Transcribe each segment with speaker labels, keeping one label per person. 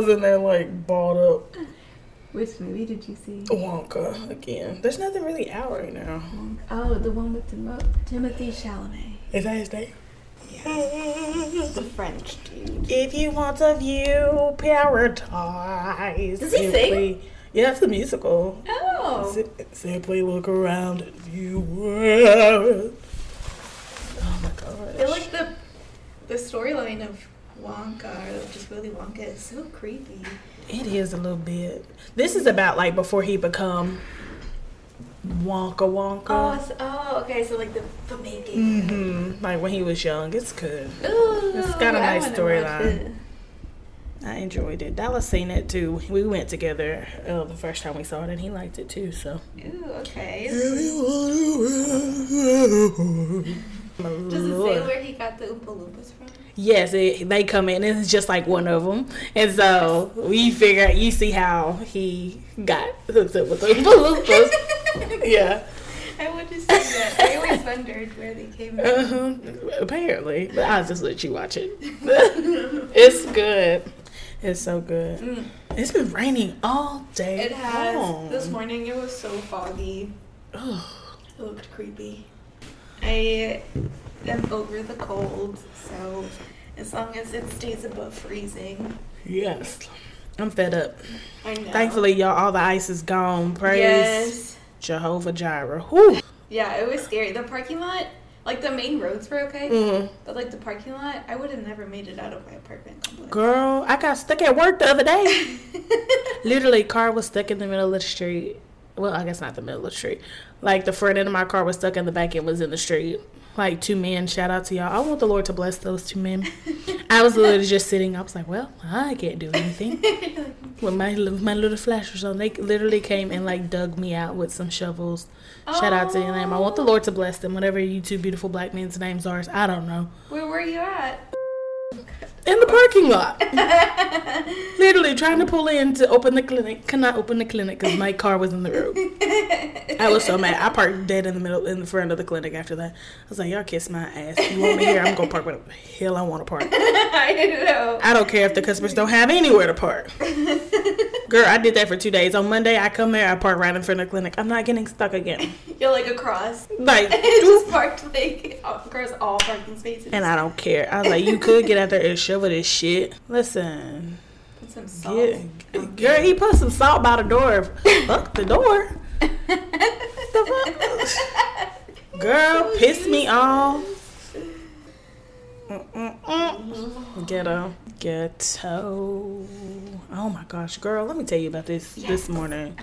Speaker 1: was in there like balled up.
Speaker 2: Which movie did you see?
Speaker 1: Wonka again. There's nothing really out right now.
Speaker 2: Oh, the one with Timo- Timothy Chalamet.
Speaker 1: Is that his name?
Speaker 3: The French dude.
Speaker 1: If you want to view paradise,
Speaker 3: Does he sing?
Speaker 1: simply- Yeah, it's a musical.
Speaker 2: Oh,
Speaker 1: Si- Simply look around and view world. Oh my
Speaker 3: I feel
Speaker 1: gosh.
Speaker 3: like the the storyline of Wonka or just Willy Wonka is so creepy.
Speaker 1: It is a little bit. This is about like before he become Wonka
Speaker 3: Oh,
Speaker 1: Wonka.
Speaker 3: it's- oh, okay. So like the the making.
Speaker 1: Mm-hmm. Like when he was young. It's good.
Speaker 3: Ooh,
Speaker 1: It's got a
Speaker 3: I
Speaker 1: nice
Speaker 3: wanna watch
Speaker 1: storyline.
Speaker 3: it.
Speaker 1: I enjoyed it. Dallas seen it too. We went together uh, the first time we saw it, and he liked it too. So
Speaker 3: Ooh, okay. Does it say
Speaker 1: Lord.
Speaker 3: where he got the Oompa Loompas from?
Speaker 1: yes, it, they come in. It's just like one of them, and so we figure you see how he got hooked up with the Oompa Loompas. yeah,
Speaker 3: I would just say that. I always wondered where they came from.
Speaker 1: uh-huh. apparently. But I'll just let you watch it. it's good. It's so good.
Speaker 3: Mm.
Speaker 1: It's been raining all day.
Speaker 3: It has.
Speaker 1: long.
Speaker 3: This morning it was so foggy.
Speaker 1: Ugh.
Speaker 3: It looked creepy. I am over the cold, so as long as it stays above freezing,
Speaker 1: Yes. I'm fed up.
Speaker 3: I know.
Speaker 1: Thankfully, y'all, all the ice is gone. Praise
Speaker 3: Yes.
Speaker 1: Jehovah Jireh. Whew.
Speaker 3: Yeah, it was scary. The parking lot, like the main roads were okay,
Speaker 1: Mhm.
Speaker 3: but like the parking lot, I would have never made it out of my apartment complex.
Speaker 1: Girl, I got stuck at work the other day. Literally, car was stuck in the middle of the street. Well, I guess not the middle of the street. Like the front end of my car was stuck and the back end was in the street. Like two men. Shout out to y'all. I want the Lord to bless those two men. I was literally just sitting. I was like, well, I can't do anything. with my li- my little flashers on, they literally came and like dug me out with some shovels. Shout out to your name. I want the Lord to bless them. Whatever you two beautiful black men's names are, I don't know.
Speaker 3: Where were you at?
Speaker 1: In the parking lot, literally trying to pull in to open the clinic. Could not open the clinic because my car was in the road. I was so mad. I parked dead in the middle in the front of the clinic. After that, I was like, y'all kiss my ass. If you want me here? I'm gonna park whatever the hell I want to park.
Speaker 3: I don't know.
Speaker 1: I don't care if the customers don't have anywhere to park. Girl, I did that for two days. On Monday, I come there, I park right in front of the clinic. I'm not getting stuck again.
Speaker 3: You're like across.
Speaker 1: Like,
Speaker 3: It just parked like across all parking spaces.
Speaker 1: and I don't care. I was like, you could get out there and shovel this shit. Listen,
Speaker 3: Put some salt.
Speaker 1: get, girl, he put some salt by the door. Fuck the door. the fuck? Girl, piss me off. Mm-mm-mm. Ghetto. Ghetto. Oh my gosh, girl, let me tell you about this this morning.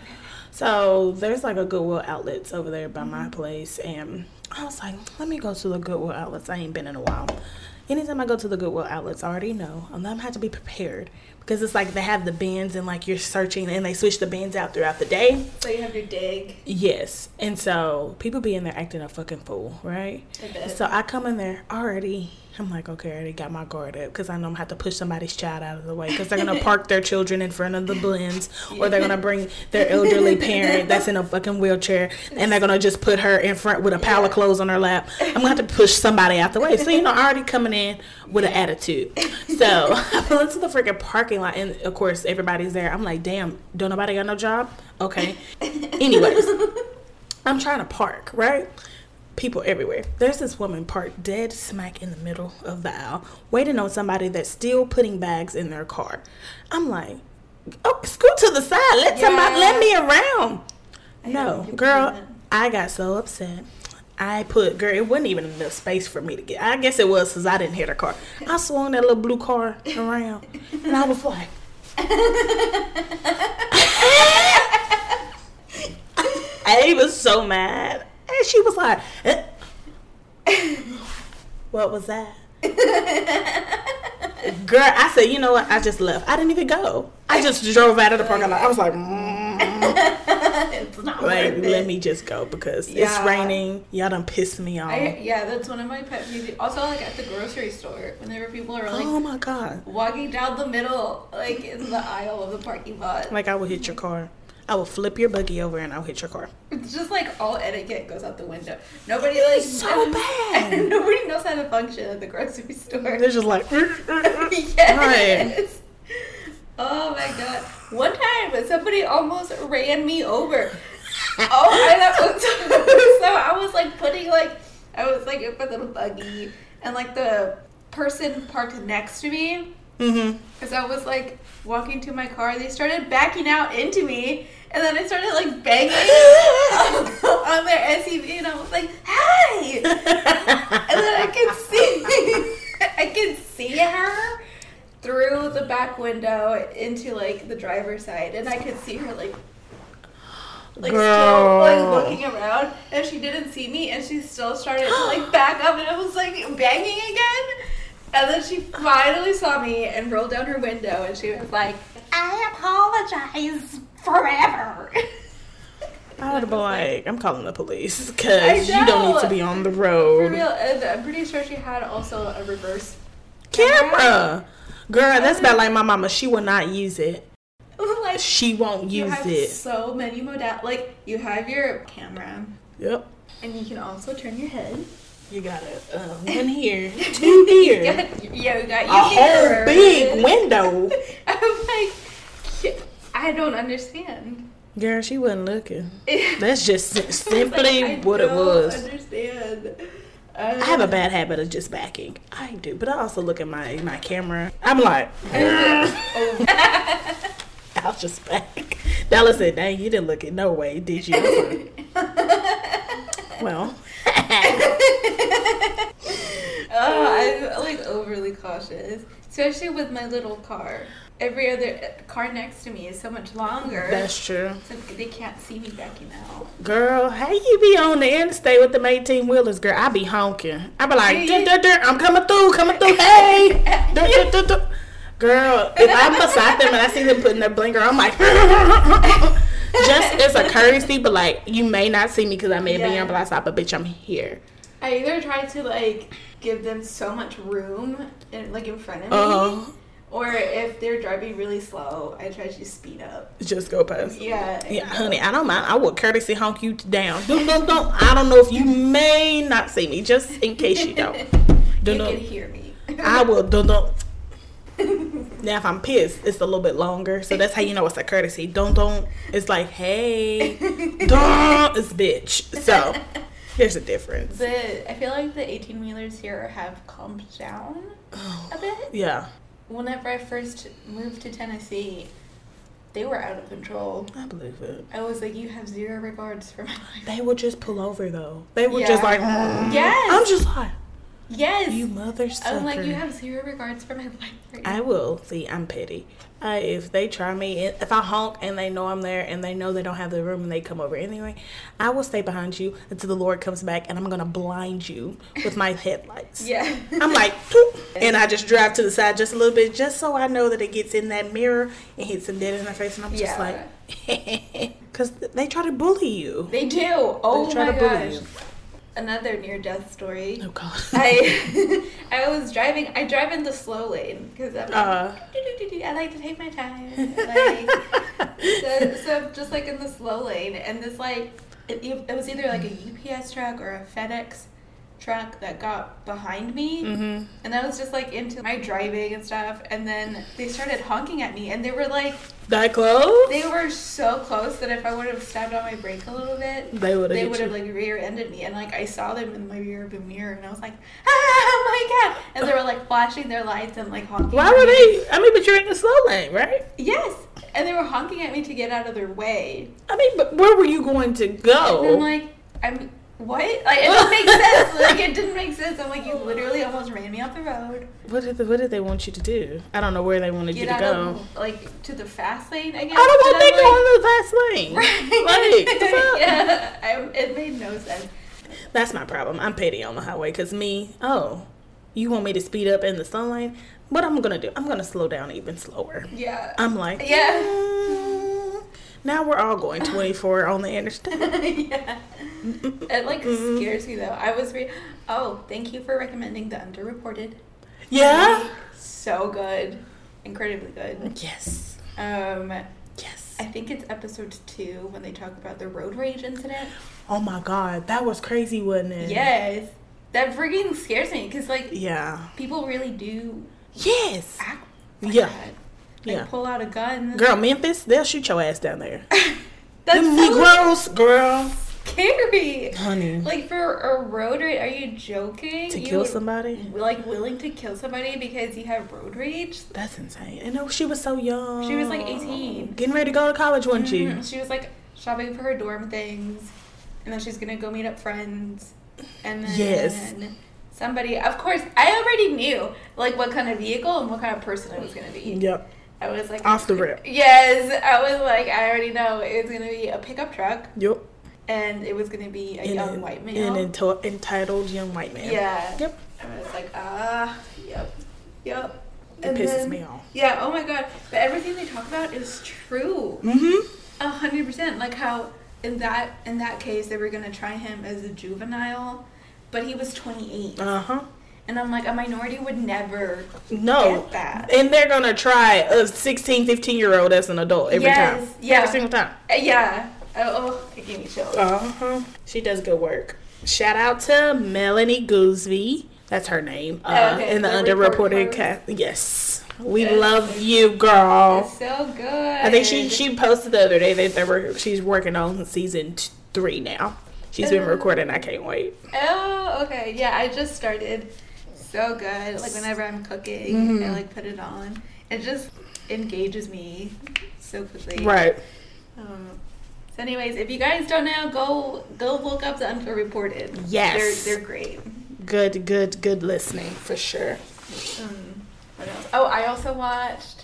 Speaker 1: So there's like a Goodwill outlets over there by my place, and I was like, let me go to the Goodwill outlets. I ain't been in a while. Anytime I go to the Goodwill outlets, I already know I'm gonna have to be prepared because it's like they have the bins and like you're searching and they switch the bins out throughout the day.
Speaker 3: So you have your dig.
Speaker 1: Yes, and so people be in there acting a fucking fool, right?
Speaker 3: I bet.
Speaker 1: So I come in there already. I'm like, okay, I already got my guard up because I know I'm gonna have to push somebody's child out of the way because they're gonna park their children in front of the bins or they're gonna bring their elderly parent that's in a fucking wheelchair and they're gonna just put her in front with a pile of clothes on her lap. I'm gonna have to push somebody out the way. So you know, already coming in with an attitude. So I pull into the freaking parking lot and of course everybody's there. I'm like, damn, don't nobody got no job? Okay. Anyways. I'm trying to park, right? People everywhere. There's this woman parked dead smack in the middle of the aisle, waiting on somebody that's still putting bags in their car. I'm like, oh, scoot to the side. Let somebody let me around. No,
Speaker 3: people do
Speaker 1: girl,
Speaker 3: that.
Speaker 1: I got so upset. I put, girl, it wasn't even enough space for me to get. I guess it was because I didn't hit her car. I swung that little blue car around, and I was like, I was so mad. And she was like, "Eh." What was that? Girl, I said, you know what? I just left. I didn't even go. I just drove out of the parking lot. I was like, mm,
Speaker 3: It's not
Speaker 1: like
Speaker 3: worth
Speaker 1: let
Speaker 3: it.
Speaker 1: me just go because
Speaker 3: Yeah.
Speaker 1: it's raining. Y'all done pissed me off.
Speaker 3: I, yeah, that's one of my pet peeves. Also, like at the grocery store, whenever people are like
Speaker 1: oh my god!
Speaker 3: walking down the middle, like in the aisle of the parking lot,
Speaker 1: Like I will hit your car. I will flip your buggy over and I'll hit your car.
Speaker 3: it's just like all etiquette goes out the window. Nobody like
Speaker 1: So bad.
Speaker 3: nobody knows
Speaker 1: mm-hmm.
Speaker 3: how to function at the grocery store.
Speaker 1: They're just like,
Speaker 3: yes. Oh my god. One time somebody almost ran me over. Oh my god. So I was like putting like I was like in front of the buggy and like the person parked next to me
Speaker 1: Mm-hmm.
Speaker 3: as I was like walking to my car, they started backing out into me, and then I started like banging on their SUV, and I was like, "Hi!" And then I could see, I could see her through the back window into like the driver's side, and I could see her like. Like
Speaker 1: Girl.
Speaker 3: still like looking around, and she didn't see me, and she still started to like back up, and I was like banging again. And then she finally saw me and rolled down her window and she was like, I apologize forever.
Speaker 1: I would have been like, I'm calling the police
Speaker 3: I
Speaker 1: because you don't need to
Speaker 3: know.
Speaker 1: be on the
Speaker 3: For
Speaker 1: road.
Speaker 3: real, and I'm pretty sure she had also a reverse.
Speaker 1: Camera, girl, that's about like my mama. She will not use it.
Speaker 3: Like,
Speaker 1: She won't
Speaker 3: you
Speaker 1: use
Speaker 3: have
Speaker 1: it.
Speaker 3: so many modalities. Like, you have your camera,
Speaker 1: Yep.
Speaker 3: and you can also turn your head.
Speaker 1: You got a uh, one here, two here,
Speaker 3: Um, You got, yeah, you got
Speaker 1: a
Speaker 3: your mirror.
Speaker 1: whole big window.
Speaker 3: I'm like, "Yeah, I don't understand.
Speaker 1: Girl, she wasn't looking. That's just sim- simply
Speaker 3: I
Speaker 1: what it
Speaker 3: don't
Speaker 1: was.
Speaker 3: understand. Um,
Speaker 1: I have a bad habit of just backing. I do, but I also look at my my camera. I'm like, "Ah." I'll just back. Now listen, dang, you didn't look it no way, did you? I'm like, well,
Speaker 3: Oh, I'm like overly cautious, especially with my little car. Every other uh, car next to me is so much longer,
Speaker 1: that's true.
Speaker 3: so they can't see me backing out.
Speaker 1: Girl, how you be on the interstate with them 18 wheelers, girl? I be honking. I be like, "Dur, dur, dur, I'm coming through, coming through, hey. Dur, dur, dur, dur." Girl, if I'm beside them and I see them putting their blinker, I'm like, just it's a courtesy, but like, you may not see me because I may be
Speaker 3: Yeah.
Speaker 1: on blind side, but bitch, I'm here.
Speaker 3: I either try to like give them so much room, in, like in front of me,
Speaker 1: Uh-huh.
Speaker 3: or if they're driving really slow, I try to speed up.
Speaker 1: Just go past.
Speaker 3: Yeah,
Speaker 1: Yeah, honey, I don't mind. I will courtesy honk you down. Dun, dun, dun. I don't know if you may not see me, just in case you don't. Dun,
Speaker 3: you
Speaker 1: dun.
Speaker 3: can hear me.
Speaker 1: I will don't don't. Now if I'm pissed, it's a little bit longer, so that's how you know it's a courtesy. Don't don't. It's like hey, don't. It's bitch. So there's a difference.
Speaker 3: The I feel like the eighteen wheelers here have calmed down a bit.
Speaker 1: Yeah,
Speaker 3: Whenever I first moved to Tennessee, they were out of control.
Speaker 1: I believe it.
Speaker 3: I was like, you have zero regards for my life.
Speaker 1: They would just pull over though. They were just
Speaker 3: Yeah.
Speaker 1: like, mm.
Speaker 3: Yes.
Speaker 1: I'm just like
Speaker 3: Yes.
Speaker 1: you mother sucker.
Speaker 3: I'm like, you have zero regards for my life. Right
Speaker 1: I will see. I'm petty. I, if they try me, if I honk and they know I'm there and they know they don't have the room and they come over anyway, I will stay behind you until the Lord comes back and I'm gonna blind you with my headlights.
Speaker 3: yeah.
Speaker 1: I'm like, "Toop," and I just drive to the side just a little bit, just so I know that it gets in that mirror and hits them dead in the face. And I'm just
Speaker 3: Yeah.
Speaker 1: like, because they try to bully you.
Speaker 3: they do. Oh
Speaker 1: they try
Speaker 3: my
Speaker 1: to bully
Speaker 3: gosh.
Speaker 1: you.
Speaker 3: Another near death story.
Speaker 1: Oh God.
Speaker 3: I I was driving. I drive in the slow lane because I'm like,
Speaker 1: uh,
Speaker 3: "Doo-doo-doo-doo, I like to take my time. Like, so, so I'm just like in the slow lane, and this like it, e, it was either like a UPS truck or a FedEx truck that got behind me,
Speaker 1: hmm
Speaker 3: and I was just like into my driving and stuff, and then they started honking at me, and they were like
Speaker 1: That close?
Speaker 3: they were so close that if I would have stabbed on my brake a little bit.
Speaker 1: They would
Speaker 3: They
Speaker 1: have
Speaker 3: would
Speaker 1: hit you.
Speaker 3: have like rear-ended me, and like I saw them in my rear view mirror, and I was like, "Oh my god!" And they were like flashing their lights and like honking.
Speaker 1: Why
Speaker 3: at
Speaker 1: would
Speaker 3: me.
Speaker 1: they? I mean, but you're in the slow lane, right?
Speaker 3: Yes, and they were honking at me to get out of their way.
Speaker 1: I mean, but where were you going to
Speaker 3: And I'm
Speaker 1: go?
Speaker 3: like, I'm what? Like it didn't make sense. Like it didn't make sense. I'm like, you literally almost ran me off the road.
Speaker 1: What did, what did they want you to do? I don't know where they wanted you
Speaker 3: Get
Speaker 1: to
Speaker 3: out
Speaker 1: go.
Speaker 3: of like to the fast lane. I guess.
Speaker 1: I don't want they
Speaker 3: And I'm
Speaker 1: going to the fast lane.
Speaker 3: like-
Speaker 1: Like, what's up?
Speaker 3: yeah, I, it made no sense.
Speaker 1: That's my problem. I'm petty on the highway because me, oh, you want me to speed up in the slow lane? What I'm going to do? I'm going to slow down even slower.
Speaker 3: Yeah.
Speaker 1: I'm like,
Speaker 3: Yeah.
Speaker 1: "Mm." Now we're all going 24 on the interstate.
Speaker 3: yeah. It like scares me though. I was re- oh, thank you for recommending the underreported.
Speaker 1: Yeah?
Speaker 3: So good, incredibly good.
Speaker 1: Yes.
Speaker 3: Um,
Speaker 1: Yes.
Speaker 3: I think it's episode two when they talk about the road rage incident.
Speaker 1: Oh my God. That was crazy, wasn't it?
Speaker 3: Yes. That freaking scares me because, like,
Speaker 1: Yeah.
Speaker 3: people really do
Speaker 1: Yes.
Speaker 3: act like
Speaker 1: Yeah.
Speaker 3: that. They
Speaker 1: Yeah.
Speaker 3: pull out a gun.
Speaker 1: Girl, Memphis, they'll shoot your ass down there.
Speaker 3: That's
Speaker 1: Them
Speaker 3: so
Speaker 1: Negroes, girl.
Speaker 3: scary.
Speaker 1: Honey,
Speaker 3: Like for a road rage, are you joking?
Speaker 1: to
Speaker 3: You
Speaker 1: kill
Speaker 3: would-
Speaker 1: somebody?
Speaker 3: Like willing to kill somebody because you have road rage?
Speaker 1: That's insane. And oh, she was so young.
Speaker 3: She was, like, 18.
Speaker 1: Getting ready to go to college, wasn't she?
Speaker 3: Mhm. She was like shopping for her dorm things, and then she's gonna go meet up friends, and then
Speaker 1: Yes.
Speaker 3: somebody. Of course, I already knew like what kind of vehicle and what kind of person it was gonna be.
Speaker 1: Yep.
Speaker 3: I was like,
Speaker 1: Off the rip.
Speaker 3: yes, I was like, I already know it's gonna be a pickup truck,
Speaker 1: Yep.
Speaker 3: and it was gonna be a
Speaker 1: And
Speaker 3: young
Speaker 1: en-
Speaker 3: white
Speaker 1: and
Speaker 3: male.
Speaker 1: ento- entitled young white man.
Speaker 3: yeah.
Speaker 1: Yep.
Speaker 3: I was like, ah, yep, yep.
Speaker 1: It pisses me off.
Speaker 3: Yeah. Oh my god. But everything they talk about is true.
Speaker 1: Mm-hmm.
Speaker 3: A hundred percent. Like how in that in that case they were gonna try him as a juvenile, but he was twenty eight,
Speaker 1: Uh huh.
Speaker 3: and I'm like a minority would never
Speaker 1: No.
Speaker 3: get that.
Speaker 1: And they're gonna try a 16, 15 year old as an adult every
Speaker 3: Yes,
Speaker 1: time.
Speaker 3: yeah.
Speaker 1: Every single time.
Speaker 3: Uh, yeah. Oh, oh, it gave me chills.
Speaker 1: Uh huh. She does good work. Shout out to Melanie Gooseby. That's her name. Uh,
Speaker 3: Okay,
Speaker 1: In the
Speaker 3: the reporter.
Speaker 1: underreported cast. Yes. We
Speaker 3: Yes.
Speaker 1: love you, girl.
Speaker 3: It's so good.
Speaker 1: Oh. I think she she posted the other day that they were she's working on season t- three now. She's been
Speaker 3: Uh.
Speaker 1: recording. I can't wait.
Speaker 3: Oh, okay. Yeah, I just started. So good. Like whenever I'm cooking, I
Speaker 1: Mhm.
Speaker 3: like put it on. It just engages me so quickly.
Speaker 1: Right.
Speaker 3: Um, so, anyways, if you guys don't know, go go look up the underreported.
Speaker 1: Yes.
Speaker 3: they're they're great.
Speaker 1: Good. Good. Good listening for sure.
Speaker 3: Um, what else? Oh, I also watched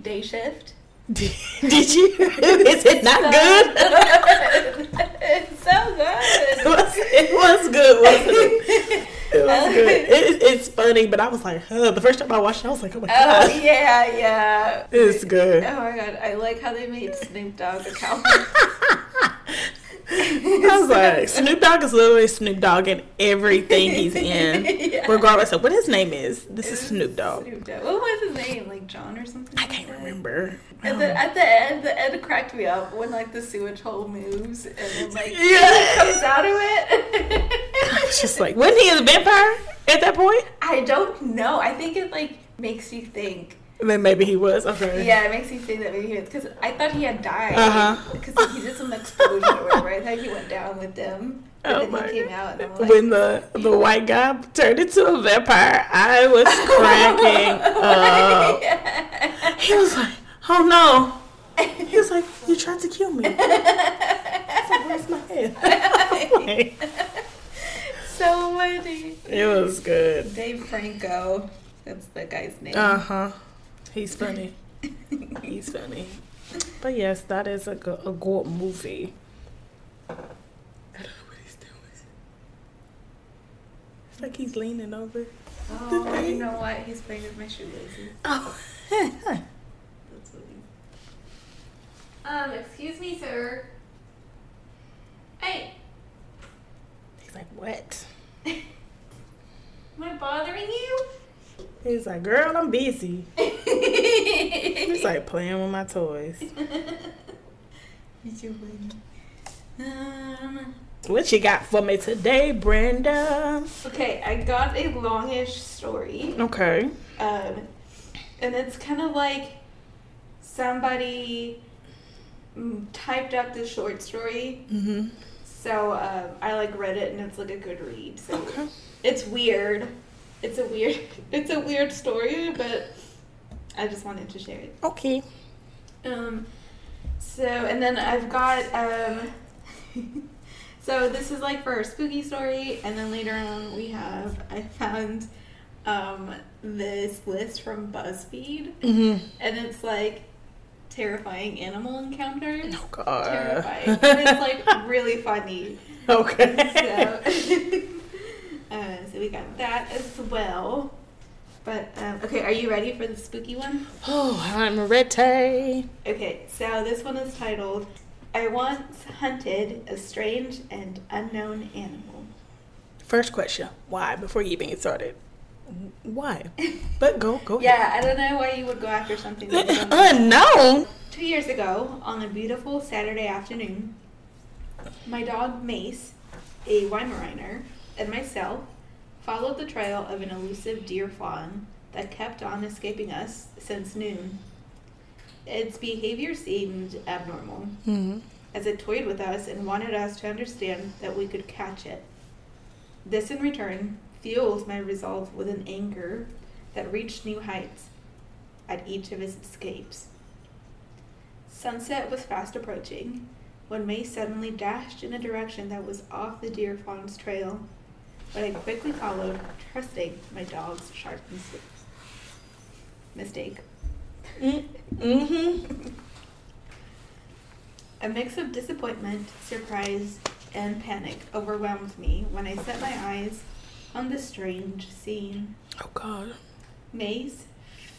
Speaker 3: Day Shift.
Speaker 1: Did you? Is it not good?
Speaker 3: it's so
Speaker 1: It
Speaker 3: good.
Speaker 1: was, it was good, wasn't it? It
Speaker 3: Uh,
Speaker 1: was good. It, it's funny, but I was like, huh. The first time I watched it, I was like, oh my
Speaker 3: Oh
Speaker 1: god,
Speaker 3: yeah, yeah.
Speaker 1: it's good.
Speaker 3: Oh my god, I like how they made Snoop Dogg a cowboy.
Speaker 1: I was like, Snoop Dogg is literally Snoop Dogg in everything he's in,
Speaker 3: Yeah.
Speaker 1: regardless of what his name is. This is Snoop Dogg.
Speaker 3: Snoop Dogg. What was his name? Like John or something?
Speaker 1: I
Speaker 3: like
Speaker 1: can't
Speaker 3: that?
Speaker 1: remember.
Speaker 3: And then at the end, the end cracked me up when like the sewage hole moves and then like
Speaker 1: Yeah.
Speaker 3: comes out of it.
Speaker 1: I was just like, wasn't he a vampire at that point?
Speaker 3: I don't know. I think it like makes you think.
Speaker 1: And then maybe he was. Okay.
Speaker 3: Yeah, it makes you think that maybe he was because I thought he had died.
Speaker 1: Uh-huh.
Speaker 3: Because he did some explosion or whatever. I thought he went down with them. But
Speaker 1: Oh
Speaker 3: then
Speaker 1: my
Speaker 3: he came out and I'm like,
Speaker 1: When the the white guy turned into a vampire, I was cracking up.
Speaker 3: Yeah.
Speaker 1: He was like, "Oh no!" He was like, "You tried to kill me." I was like, "Where's my head?" Like,
Speaker 3: so funny.
Speaker 1: it was good.
Speaker 3: Dave Franco. That's the guy's name.
Speaker 1: Uh huh. He's funny. He's funny. But yes, that is a good, a good movie. I don't know what he's doing. It's like he's leaning over.
Speaker 3: oh, you know what? He's playing with my shoelaces.
Speaker 1: Oh.
Speaker 3: That's what he-
Speaker 2: Um, excuse me, sir.
Speaker 3: Hey,
Speaker 1: he's like, what?
Speaker 3: am I bothering you?
Speaker 1: He's like, girl, I'm busy. He's
Speaker 3: He's
Speaker 1: like playing with my toys.
Speaker 3: He's so funny. Um,
Speaker 1: What you got for me today, Brenda?
Speaker 3: okay, I got a longish story.
Speaker 1: Okay.
Speaker 3: Um, and it's kind of like somebody mm, typed up the short story.
Speaker 1: Mm-hmm.
Speaker 3: So um, I like read it and it's like a good read. So
Speaker 1: Okay.
Speaker 3: it's weird. It's a weird it's a weird story, but I just wanted to share it.
Speaker 1: Okay.
Speaker 3: Um, so, and then I've got, um, so this is like for a spooky story, and then later on we have, I found um, this list from BuzzFeed,
Speaker 1: Mm-hmm.
Speaker 3: and it's like terrifying animal encounters.
Speaker 1: Oh God.
Speaker 3: Terrifying. but it's like really funny.
Speaker 1: okay.
Speaker 3: So, uh, so we got that as well. But, um, okay, are you ready for the spooky one?
Speaker 1: Oh, I'm a red tay.
Speaker 3: Okay, so this one is titled I Once Hunted a Strange and Unknown Animal.
Speaker 1: First question: Why? Before you even get started, why? But go, go.
Speaker 3: Yeah, I don't know why you would go after something that you don't
Speaker 1: Uh, Unknown.
Speaker 3: Two years ago, on a beautiful Saturday afternoon, my dog Mace, a Weimaraner, and myself followed the trail of an elusive deer fawn that kept on escaping us since noon. Its behavior seemed abnormal,
Speaker 1: Mm-hmm.
Speaker 3: as it toyed with us and wanted us to understand that we could catch it. This, in return, fueled my resolve with an anger that reached new heights at each of its escapes. Sunset was fast approaching when May suddenly dashed in a direction that was off the deer fawn's trail, but I quickly followed, trusting my dog's sharp instincts. Mistake.
Speaker 1: Mm-hmm.
Speaker 3: A mix of disappointment, surprise, and panic overwhelmed me when I set my eyes on the strange scene.
Speaker 1: Oh God.
Speaker 3: Maze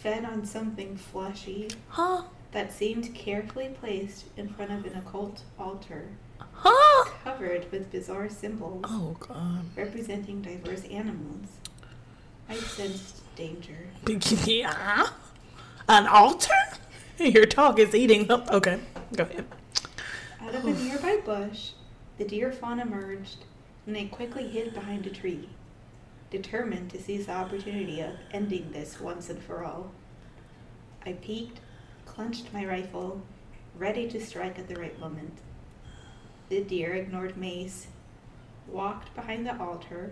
Speaker 3: fed on something fleshy
Speaker 1: Huh?
Speaker 3: that seemed carefully placed in front of an occult altar
Speaker 1: Huh?
Speaker 3: covered with bizarre symbols
Speaker 1: Oh God.
Speaker 3: representing diverse animals. I sensed danger.
Speaker 1: Yeah. An altar? Your dog is eating them. Okay, go ahead.
Speaker 3: Out of a nearby bush, the deer fawn emerged, and they quickly hid behind a tree, determined to seize the opportunity of ending this once and for all. I peeked, clenched my rifle, ready to strike at the right moment. The deer ignored Mace, walked behind the altar,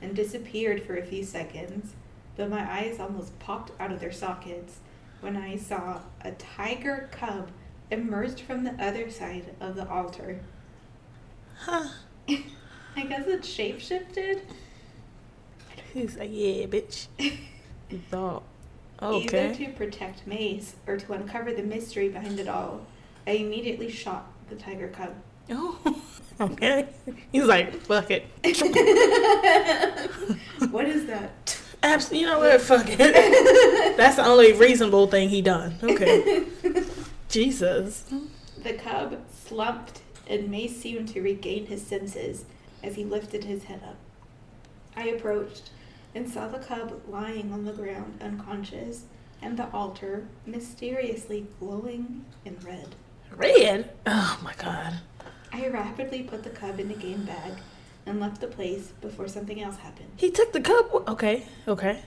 Speaker 3: and disappeared for a few seconds, but my eyes almost popped out of their sockets when I saw a tiger cub emerged from the other side of the altar.
Speaker 1: Huh?
Speaker 3: I guess it shapeshifted.
Speaker 1: He's like, yeah, bitch. Dog.
Speaker 3: Either
Speaker 1: Okay.
Speaker 3: to protect Mace or to uncover the mystery behind it all, I immediately shot the tiger cub.
Speaker 1: Oh. Okay. He's like, fuck it.
Speaker 3: what is that?
Speaker 1: Abs- you know what? Fuck it. That's the only reasonable thing he done. Okay. Jesus.
Speaker 3: The cub slumped, and Mace seemed to regain his senses as he lifted his head up. I approached and saw the cub lying on the ground unconscious, and the altar mysteriously glowing in red.
Speaker 1: Red. Oh my God.
Speaker 3: I rapidly put the cub in a game bag and left the place before something else happened.
Speaker 1: He took the cup. Okay. Okay.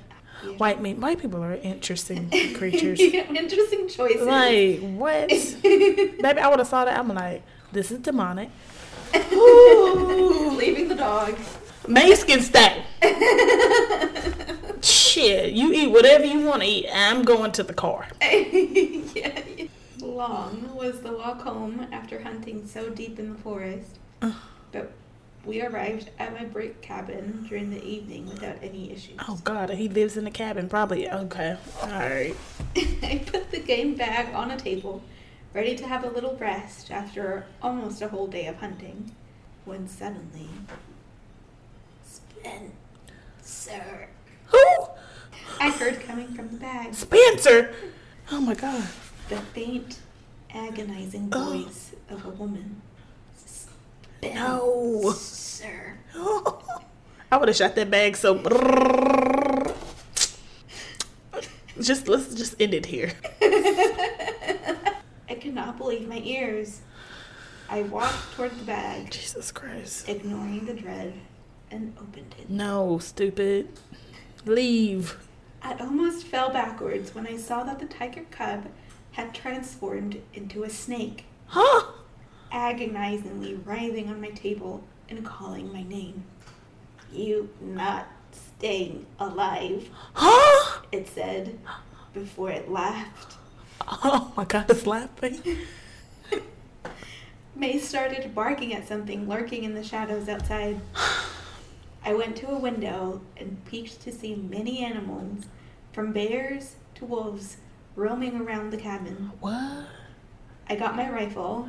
Speaker 3: Yeah.
Speaker 1: White men. White people are interesting creatures.
Speaker 3: Interesting choices.
Speaker 1: like what? Baby, I would have saw that. I'm like, this is demonic.
Speaker 3: Leaving the dog.
Speaker 1: Mace can stay. Shit, you eat whatever you want to eat. I'm going to the car.
Speaker 3: yeah. Long was the walk home after hunting so deep in the forest,
Speaker 1: Ugh.
Speaker 3: but we arrived at my break cabin during the evening without any issues.
Speaker 1: Oh God, he lives in the cabin. Probably okay. All right.
Speaker 3: I put the game bag on a table, ready to have a little rest after almost a whole day of hunting, when suddenly. Spencer.
Speaker 1: Who?
Speaker 3: I heard coming from the bag
Speaker 1: Spencer. Oh my God.
Speaker 3: the faint, agonizing
Speaker 1: Oh.
Speaker 3: voice of a woman.
Speaker 1: No.
Speaker 3: Sir.
Speaker 1: I would have shot that bag. So just let's just end it here.
Speaker 3: I could not believe my ears. I walked toward the bag,
Speaker 1: Jesus Christ.
Speaker 3: ignoring the dread, and opened it.
Speaker 1: No, stupid. Leave.
Speaker 3: I almost fell backwards when I saw that the tiger cub had transformed into a snake,
Speaker 1: Huh?
Speaker 3: agonizingly writhing on my table and calling my name. You not staying alive,
Speaker 1: Huh?
Speaker 3: it said before it laughed.
Speaker 1: Oh my God, it's laughing.
Speaker 3: May started barking at something lurking in the shadows outside. I went to a window and peeked to see many animals, from bears to wolves, roaming around the cabin.
Speaker 1: What?
Speaker 3: I got my rifle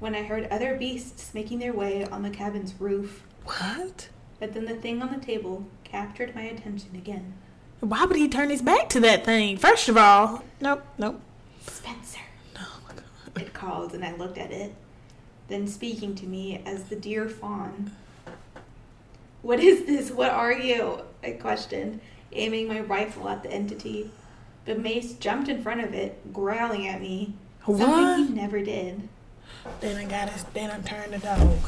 Speaker 3: when I heard other beasts making their way on the cabin's roof,
Speaker 1: What?
Speaker 3: but then the thing on the table captured my attention again.
Speaker 1: Why would he turn his back to that thing? First of all, nope, nope.
Speaker 3: Spencer,
Speaker 1: Oh my God.
Speaker 3: it called, and I looked at it, then speaking to me as the dear fawn. What is this? What are you? I questioned, aiming my rifle at the entity. But Mace jumped in front of it, growling at me. Something
Speaker 1: What?
Speaker 3: he never did.
Speaker 1: Then I got his. Then I turned the dog.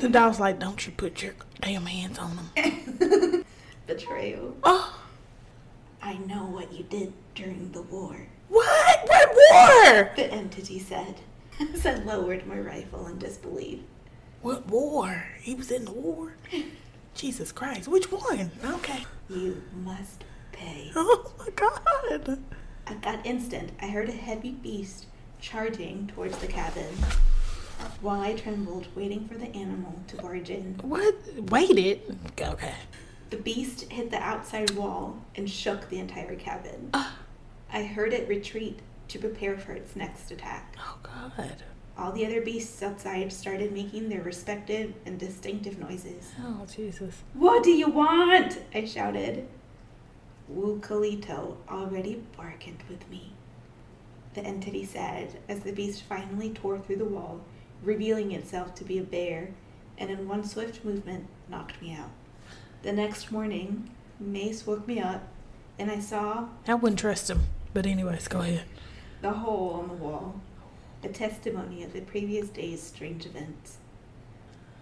Speaker 1: The dog's like, "Don't you put your damn hands on him."
Speaker 3: Betrayal.
Speaker 1: Oh,
Speaker 3: I know what you did during the war,
Speaker 1: What? What war?
Speaker 3: the entity said, as I lowered my rifle in disbelief.
Speaker 1: What war? He was in the war? Jesus Christ. Which one? Okay.
Speaker 3: You must pay.
Speaker 1: Oh my God.
Speaker 3: At that instant, I heard a heavy beast charging towards the cabin. While I trembled, waiting for the animal to barge in,
Speaker 1: What? Waited? Okay.
Speaker 3: the beast hit the outside wall and shook the entire cabin.
Speaker 1: Uh.
Speaker 3: I heard it retreat to prepare for its next attack.
Speaker 1: Oh God.
Speaker 3: All the other beasts outside started making their respective and distinctive noises.
Speaker 1: Oh Jesus.
Speaker 3: What do you want? I shouted. Wukalito already bargained with me. The entity said as the beast finally tore through the wall, revealing itself to be a bear, and in one swift movement knocked me out. The next morning, Mace woke me up, and I saw
Speaker 1: I wouldn't trust him. But anyways, go ahead.
Speaker 3: the hole on the wall, a testimony of the previous day's strange events.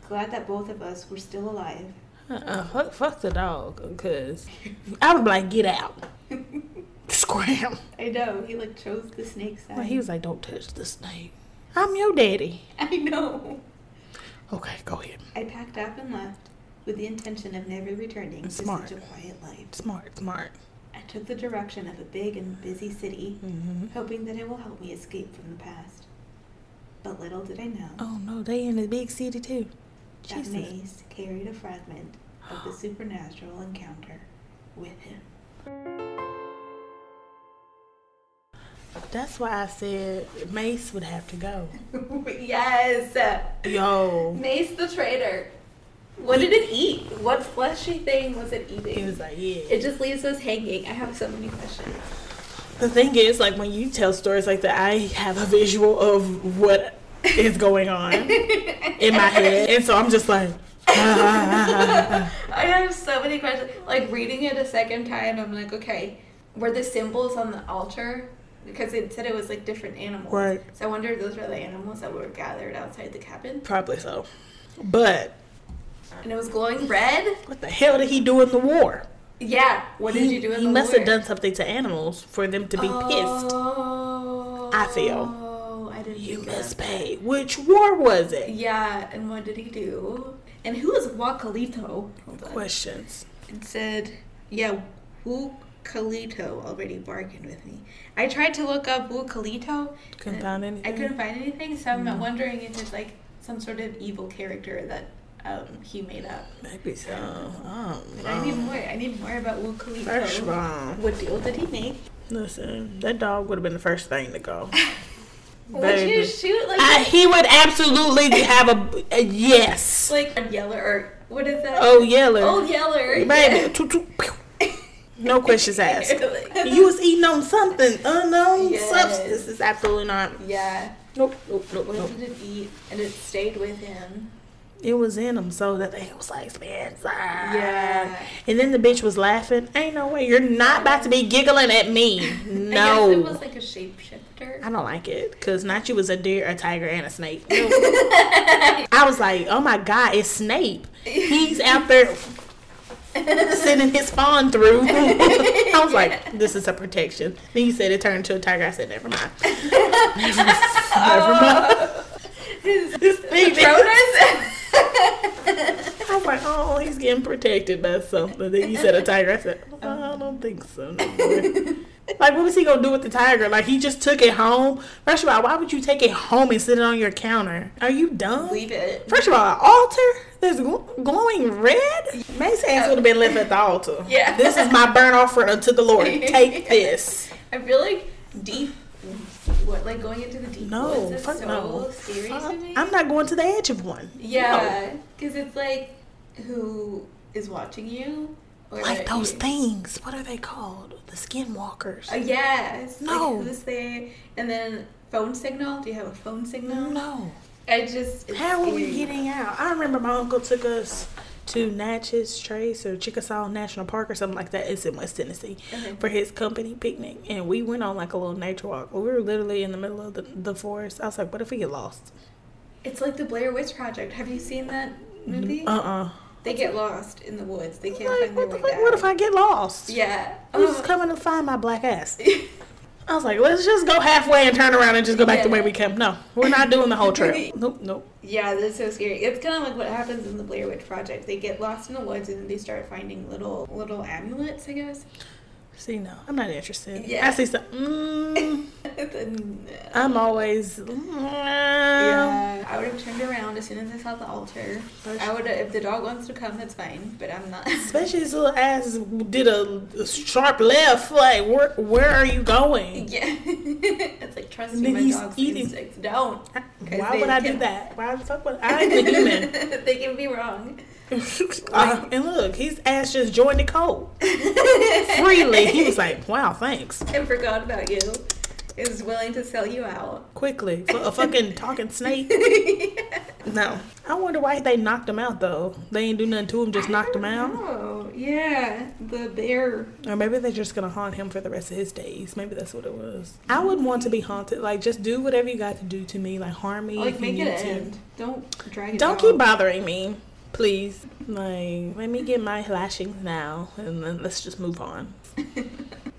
Speaker 3: Glad that both of us were still alive,
Speaker 1: Uh-uh, fuck, fuck the dog, cause I would be like, get out, scram.
Speaker 3: I know he like chose the snake side.
Speaker 1: Well, he was like, don't touch the snake. I'm your daddy.
Speaker 3: I know.
Speaker 1: Okay, go ahead.
Speaker 3: I packed up and left with the intention of never returning to
Speaker 1: Smart.
Speaker 3: such a quiet life.
Speaker 1: Smart, smart.
Speaker 3: I took the direction of a big and busy city,
Speaker 1: Mm-hmm.
Speaker 3: hoping that it will help me escape from the past. But little did I know
Speaker 1: Oh no, they in the big city too.
Speaker 3: that
Speaker 1: Jesus.
Speaker 3: Mace carried a fragment of the supernatural encounter with him.
Speaker 1: That's why I said Mace would have to go.
Speaker 2: yes.
Speaker 1: Yo.
Speaker 2: Mace the traitor. What did it eat? What fleshy thing was it
Speaker 1: He
Speaker 2: eating?
Speaker 1: was like, yeah.
Speaker 2: it just leaves us hanging. I have so many questions.
Speaker 1: The thing is, like when you tell stories like that, I have a visual of what is going on in my head, and so I'm just like, "Ah,
Speaker 2: I have so many questions. Like reading it a second time, I'm like, okay, were the symbols on the altar? Because it said it was like different animals.
Speaker 1: Right.
Speaker 2: So I wonder if those were the animals that were gathered outside the cabin.
Speaker 1: probably so. But
Speaker 2: And it was glowing red?
Speaker 1: what the hell did he do in the war?
Speaker 2: Yeah. What did
Speaker 1: He-
Speaker 2: you do in
Speaker 1: He
Speaker 2: the
Speaker 1: must have
Speaker 2: lure?
Speaker 1: done something to animals for them to be pissed.
Speaker 2: Oh.
Speaker 1: I feel.
Speaker 2: Oh, I didn't
Speaker 1: You
Speaker 2: think of
Speaker 1: must
Speaker 2: that.
Speaker 1: pay. Which war was it?
Speaker 2: Yeah, and what did he do? And who is Wakalito? Hold on.
Speaker 1: Questions.
Speaker 3: and said, Yeah, Wu Kalito already bargained with me. I tried to look up Wu Kalito.
Speaker 1: Couldn't
Speaker 3: and
Speaker 1: find anything.
Speaker 3: I couldn't find anything, so I'm
Speaker 1: Mm-hmm.
Speaker 3: wondering if it's like some sort of evil character that um, he made up.
Speaker 1: Maybe so. Oh, I don't
Speaker 3: But I need
Speaker 1: know.
Speaker 3: more. I need more about Wu Kalito.
Speaker 1: First of all,
Speaker 3: What deal did he make?
Speaker 1: listen, that dog would have been the first thing to go.
Speaker 2: Would you
Speaker 1: Baby.
Speaker 2: shoot like
Speaker 1: I, he would absolutely have a, a yes.
Speaker 2: like a yeller or what is that?
Speaker 1: Oh yeller,
Speaker 2: Old Yeller.
Speaker 1: baby, toot, toot, pew. no questions asked.
Speaker 2: Like-
Speaker 1: You was eating on something unknown
Speaker 2: Yes.
Speaker 1: substances. Absolutely not.
Speaker 2: yeah.
Speaker 1: Nope, nope, nope,
Speaker 2: What
Speaker 1: nope.
Speaker 2: did it eat? And it stayed with him.
Speaker 1: It was in him, so that it was like Spencer.
Speaker 2: Yeah.
Speaker 1: And then the bitch was laughing. Ain't no way. You're not about to be giggling at me. No.
Speaker 2: I guess it was like a shapeshifter.
Speaker 1: I don't like it because Nachi was a deer, a tiger, and a snake. No. I was like, oh my god, it's Snape. He's out there sending his spawn through. I was like, this is a protection. Then you said it turned to a tiger. I said, never mind. never
Speaker 2: Oh.
Speaker 1: mind.
Speaker 2: His
Speaker 1: This thing
Speaker 2: Patronus?
Speaker 1: I was like, oh, he's getting protected by something. Then you said a tiger. I said,
Speaker 2: Uh-huh.
Speaker 1: oh, I don't think so. no more." like, what was he gonna do with the tiger? Like, he just took it home. First of all, why would you take it home and sit it on your counter? Are you dumb?
Speaker 2: Leave it.
Speaker 1: First of all, an altar that's gl- glowing red. Mace ass would have been left at the altar.
Speaker 2: Yeah.
Speaker 1: This is my burnt offering unto the Lord. Take this.
Speaker 2: I feel like deep. What like going into the deep
Speaker 1: No,
Speaker 2: woods is
Speaker 1: fuck
Speaker 2: so
Speaker 1: no.
Speaker 2: scary
Speaker 1: Fuck,
Speaker 2: to me.
Speaker 1: I'm not going to the edge of one.
Speaker 2: yeah, because it's like who is watching you? Or
Speaker 1: Like
Speaker 2: that
Speaker 1: those
Speaker 2: you-
Speaker 1: things. What are they called? The skinwalkers.
Speaker 2: Uh, yes.
Speaker 1: No.
Speaker 2: Like, who's there? And then phone signal. Do you have a phone signal?
Speaker 1: No.
Speaker 2: I just. it's
Speaker 1: How are we
Speaker 2: scary.
Speaker 1: getting out? I remember my uncle took us to Natchez Trace or Chickasaw National Park or something like that. It's in West Tennessee
Speaker 2: Okay.
Speaker 1: for his company picnic, and we went on like a little nature walk. We were literally in the middle of the, the forest. I was like, "What if we get lost?"
Speaker 2: It's like the Blair Witch Project. Have you seen that movie?
Speaker 1: Uh uh
Speaker 3: They get lost in the woods. They can't
Speaker 1: Like,
Speaker 3: find their
Speaker 1: what, the
Speaker 3: way
Speaker 1: fuck?
Speaker 3: back.
Speaker 1: what if I get lost?
Speaker 3: Yeah.
Speaker 1: Who's
Speaker 3: Oh,
Speaker 1: coming to find my black ass? I was like, let's just go halfway and turn around and just go back the
Speaker 3: Yeah.
Speaker 1: way we came. No, we're not doing the whole trip. Nope, nope.
Speaker 3: yeah, that's so scary. It's kind of like what happens in the Blair Witch Project. They get lost in the woods and they start finding little little amulets, I guess.
Speaker 1: See, no, I'm not interested.
Speaker 3: Yeah.
Speaker 1: I see some. Mm,
Speaker 3: Then, uh,
Speaker 1: I'm always. mm,
Speaker 3: Yeah, I would have turned around as soon as I saw the altar. I would, if the dog wants to come, that's fine. But I'm not.
Speaker 1: Especially his little ass did a, a sharp left. Like, where where are you going?
Speaker 3: yeah, it's like trust
Speaker 1: And
Speaker 3: me,
Speaker 1: then
Speaker 3: my
Speaker 1: he's
Speaker 3: dog's
Speaker 1: eating.
Speaker 3: instincts. Don't. 'Cause
Speaker 1: Why
Speaker 3: they
Speaker 1: would I do
Speaker 3: can-
Speaker 1: that? Why the fuck would I'm a human?
Speaker 3: they can be wrong.
Speaker 1: Uh, and look, his ass just joined the code freely. He was like, "Wow, thanks."
Speaker 3: and forgot about you. Is willing to sell you out.
Speaker 1: Quickly, for a fucking talking snake. No. I wonder why they knocked him out though. They ain't do nothing to him, just knocked him out.
Speaker 3: Oh yeah, the bear.
Speaker 1: Or maybe they're just gonna haunt him for the rest of his days. Maybe that's what it was. Mm-hmm. I would want to be haunted. Like just do whatever you got to do to me. Like harm me.
Speaker 3: Like
Speaker 1: if
Speaker 3: Oh, make
Speaker 1: you
Speaker 3: it
Speaker 1: need to.
Speaker 3: end. Don't drag it.
Speaker 1: Don't
Speaker 3: out.
Speaker 1: keep bothering me, please. Like let me get my lashings now, and then let's just move on.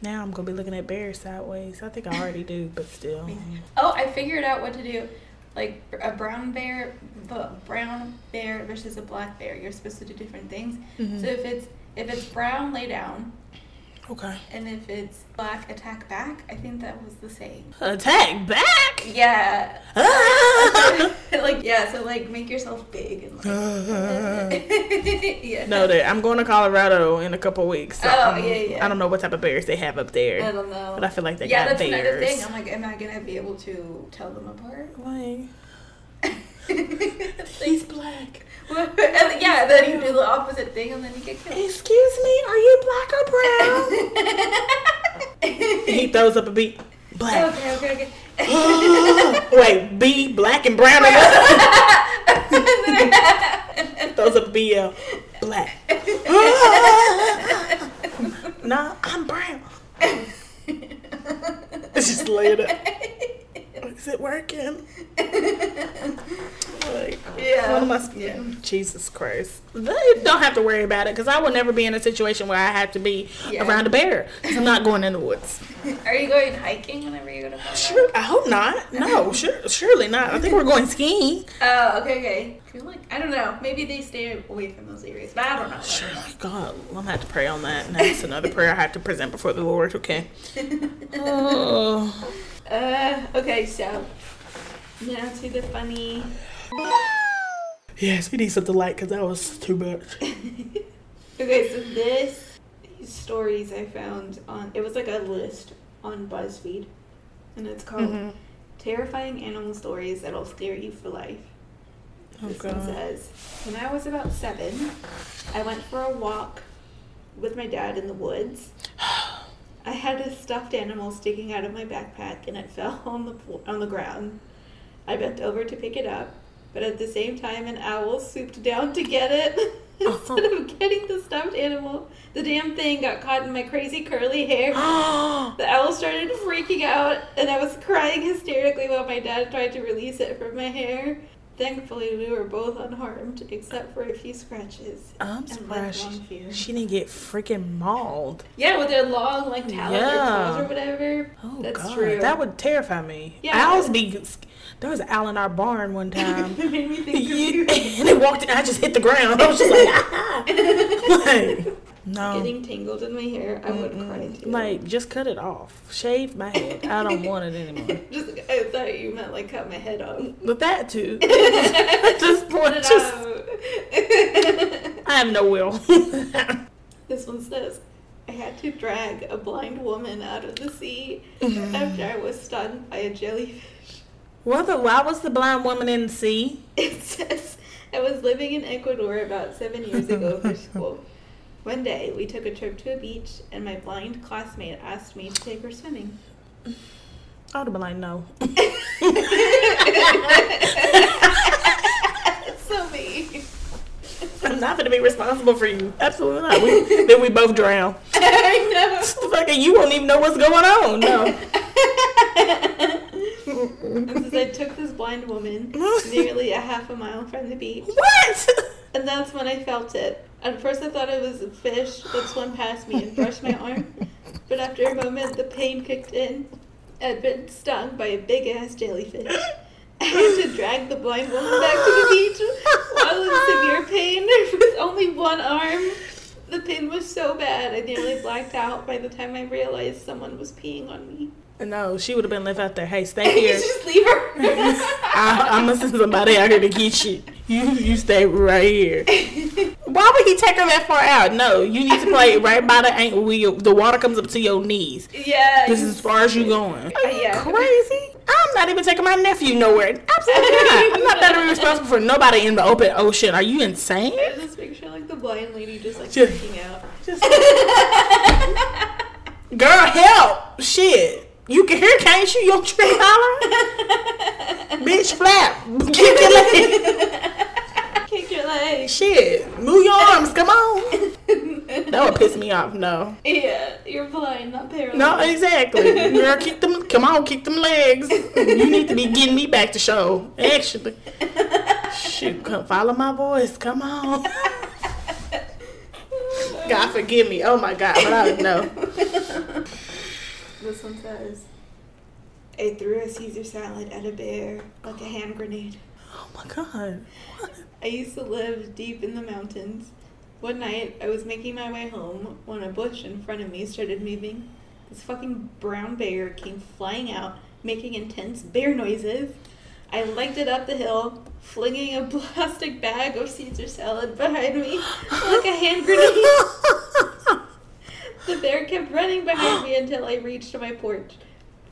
Speaker 1: now I'm gonna be looking at bears sideways. I think I already do, but still.
Speaker 3: Oh, I figured out what to do. Like a brown bear, but brown bear versus a black bear. You're supposed to do different things.
Speaker 1: Mm. Mm-hmm.
Speaker 3: So if it's if it's brown, lay down,
Speaker 1: Okay.
Speaker 3: and if it's black, attack back. I think that was the saying.
Speaker 1: Attack back.
Speaker 3: Yeah.
Speaker 1: Ah!
Speaker 3: like yeah. So like make yourself big and like. yeah.
Speaker 1: No, that I'm going to Colorado in a couple weeks. So
Speaker 3: Oh,
Speaker 1: I'm-
Speaker 3: yeah, yeah.
Speaker 1: I don't know what type of bears they have up there,
Speaker 3: I don't know.
Speaker 1: but I feel like they
Speaker 3: yeah,
Speaker 1: got
Speaker 3: that's another
Speaker 1: bears.
Speaker 3: thing. I'm like, am I gonna be able to tell them apart?
Speaker 1: Why?
Speaker 3: It's like,
Speaker 1: He's black.
Speaker 3: what? And yeah, then you do the opposite thing, and then you get killed.
Speaker 1: Excuse me, are you black or brown? he throws up a beat. Black.
Speaker 3: okay, okay, okay.
Speaker 1: Wait, B, black and brown. Or what? throws up a B, L. Black. nah, I'm brown. It's just laid up. Is it working? Like,
Speaker 3: Yeah.
Speaker 1: One of my sp-
Speaker 3: Yeah.
Speaker 1: Jesus Christ. They don't have to worry about it because I will never be in a situation where I have to be
Speaker 3: Yeah.
Speaker 1: around a bear. 'cause I'm not going in the woods.
Speaker 3: Are you going hiking whenever you go to Colorado?
Speaker 1: Sure, I hope not. No, sure, surely not. I think we're going skiing.
Speaker 3: Oh, okay, okay. I feel like I don't know. Maybe they stay away from those areas, but I don't know.
Speaker 1: Surely, Oh, God, I'm gonna have to pray on that. And that's another prayer I have to present before the Lord. Okay. Oh,
Speaker 3: Uh, okay, so now to the funny.
Speaker 1: yes, we need something light because that was too much.
Speaker 3: Okay, so this these stories I found on it was like a list on BuzzFeed, and it's called
Speaker 1: Mhm.
Speaker 3: "Terrifying Animal Stories That'll Scare You for Life."
Speaker 1: Oh
Speaker 3: this one
Speaker 1: God.
Speaker 3: says, "When I was about seven, I went for a walk with my dad in the woods. I had a stuffed animal sticking out of my backpack, and it fell on the flo- on the ground. I bent over to pick it up, but at the same time, an owl swooped down to get it." Instead of getting the stuffed animal, the damn thing got caught in my crazy curly hair. The owl started freaking out, and I was crying hysterically while my dad tried to release it from my hair. Thankfully, we were both unharmed, except for a few scratches.
Speaker 1: I'm
Speaker 3: and
Speaker 1: surprised
Speaker 3: lifelong
Speaker 1: she,
Speaker 3: fear.
Speaker 1: she didn't get freaking mauled.
Speaker 3: Yeah, with their long, like, talons
Speaker 1: Yeah.
Speaker 3: or claws or whatever.
Speaker 1: Oh
Speaker 3: That's
Speaker 1: God,
Speaker 3: true.
Speaker 1: that would terrify me.
Speaker 3: Yeah.
Speaker 1: Owls be. There was an owl in our barn one time,
Speaker 3: It made me think of
Speaker 1: You-
Speaker 3: you
Speaker 1: and it walked. in, I just hit the ground. I was just like, ah. like no,
Speaker 3: getting tangled in my hair. I would cry too.
Speaker 1: like just cut it off. Shave my head. I don't want it anymore.
Speaker 3: Just, I thought you meant, like, cut my head off.
Speaker 1: But that too. At this point,
Speaker 3: Cut
Speaker 1: just
Speaker 3: it off.
Speaker 1: I have no will.
Speaker 3: This one says, I had to drag a blind woman out of the sea after I was stunned by a jellyfish.
Speaker 1: well, the, why was the blind woman in the sea?
Speaker 3: It says, I was living in Ecuador about seven years ago for school. One day, we took a trip to a beach, and my blind classmate asked me to take her swimming.
Speaker 1: I would have been like, no.
Speaker 3: So me.
Speaker 1: I'm not going to be responsible for you. Absolutely not. We, then we both drown.
Speaker 3: I know.
Speaker 1: Fucking, you won't even know what's going on. No.
Speaker 3: And says, I took this blind woman nearly a half a mile from the beach.
Speaker 1: What?
Speaker 3: And that's when I felt it. At first, I thought it was a fish that swam past me and brushed my arm. But after a moment, the pain kicked in. I'd been stung by a big ass jellyfish. I had to drag the blind woman back to the beach while in severe pain with only one arm. The pain was so bad, I nearly blacked out by the time I realized someone was peeing on me.
Speaker 1: No, she would have been left out there. Hey, stay
Speaker 4: You
Speaker 1: here.
Speaker 4: just leave her.
Speaker 1: I, I'm gonna send somebody out here to get you. You you stay right here. Why would he take her that far out? No, you need to play right by the ankle where your, the water comes up to your knees.
Speaker 4: yeah.
Speaker 1: This
Speaker 4: you-
Speaker 1: is as far as you going. Are you
Speaker 4: Yeah.
Speaker 1: crazy? I'm not even taking my nephew nowhere. Absolutely not. I'm not that irresponsible for nobody in the open ocean. Are you insane?
Speaker 3: I just picture like the blind lady just like
Speaker 1: Just-
Speaker 3: freaking out.
Speaker 1: Girl, help! Shit. You can hear, can't you? Your tree holler? Bitch, flap. Kick your leg.
Speaker 3: Kick your leg.
Speaker 1: Shit. Move your arms. Come on. That would piss me off. No.
Speaker 3: Yeah, you're blind, not paralyzed.
Speaker 1: No, exactly. Girl, kick them. Come on, kick them legs. You need to be getting me back to show. Actually, shoot, come follow my voice. Come on. God forgive me. Oh my God, but I don't know.
Speaker 3: This one says, I threw a Caesar salad at a bear like a hand grenade.
Speaker 1: Oh my God.
Speaker 3: I used to live deep in the mountains. One night, I was making my way home when a bush in front of me started moving. This fucking brown bear came flying out, making intense bear noises. I legged it up the hill, flinging a plastic bag of Caesar salad behind me like a hand grenade. The bear kept running behind me until I reached my porch.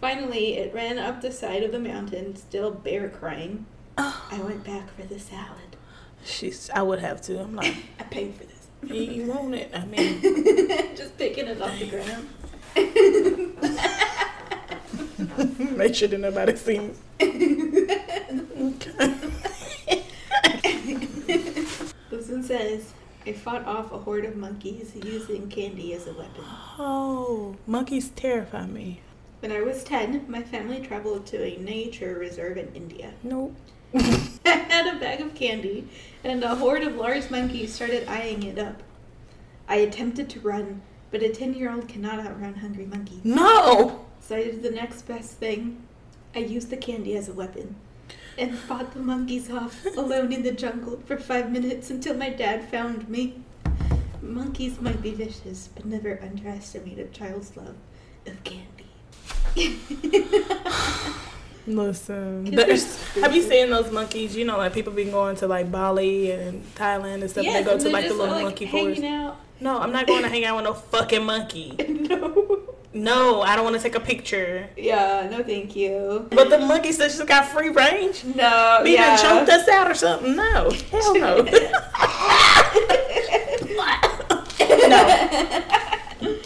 Speaker 3: Finally, it ran up the side of the mountain, still bear crying. I went back for the salad.
Speaker 1: She's. I would have to. I'm like,
Speaker 3: I paid for this.
Speaker 1: you, you want it? I mean,
Speaker 3: Just picking it off the ground.
Speaker 1: make sure that nobody sees. Okay.
Speaker 3: This one says, I fought off a horde of monkeys using candy as a weapon.
Speaker 1: Oh, monkeys terrify me.
Speaker 3: When I was 10, my family traveled to a nature reserve in India.
Speaker 1: Nope.
Speaker 3: I had a bag of candy, and a horde of large monkeys started eyeing it up. I attempted to run, but a 10 year old cannot outrun hungry monkeys.
Speaker 1: No.
Speaker 3: So I did the next best thing. I used the candy as a weapon and fought the monkeys off alone in the jungle for five minutes until my dad found me. Monkeys might be vicious, but never underestimate a child's love of candy.
Speaker 1: Listen,
Speaker 3: Kids are
Speaker 1: there's, have you seen those monkeys? You know, like people be going to like Bali and Thailand and stuff. and they go
Speaker 3: and
Speaker 1: to
Speaker 3: they're
Speaker 1: like the
Speaker 3: just,
Speaker 1: little monkey forest.
Speaker 3: hanging out.
Speaker 1: No, I'm not going to hang out with no fucking monkey.
Speaker 3: no.
Speaker 1: No, I don't want to take a picture.
Speaker 3: Yeah, no, thank you.
Speaker 1: But the monkey said she's got free range.
Speaker 3: No,
Speaker 1: Be yeah. done choked us out or something. No, hell no. no.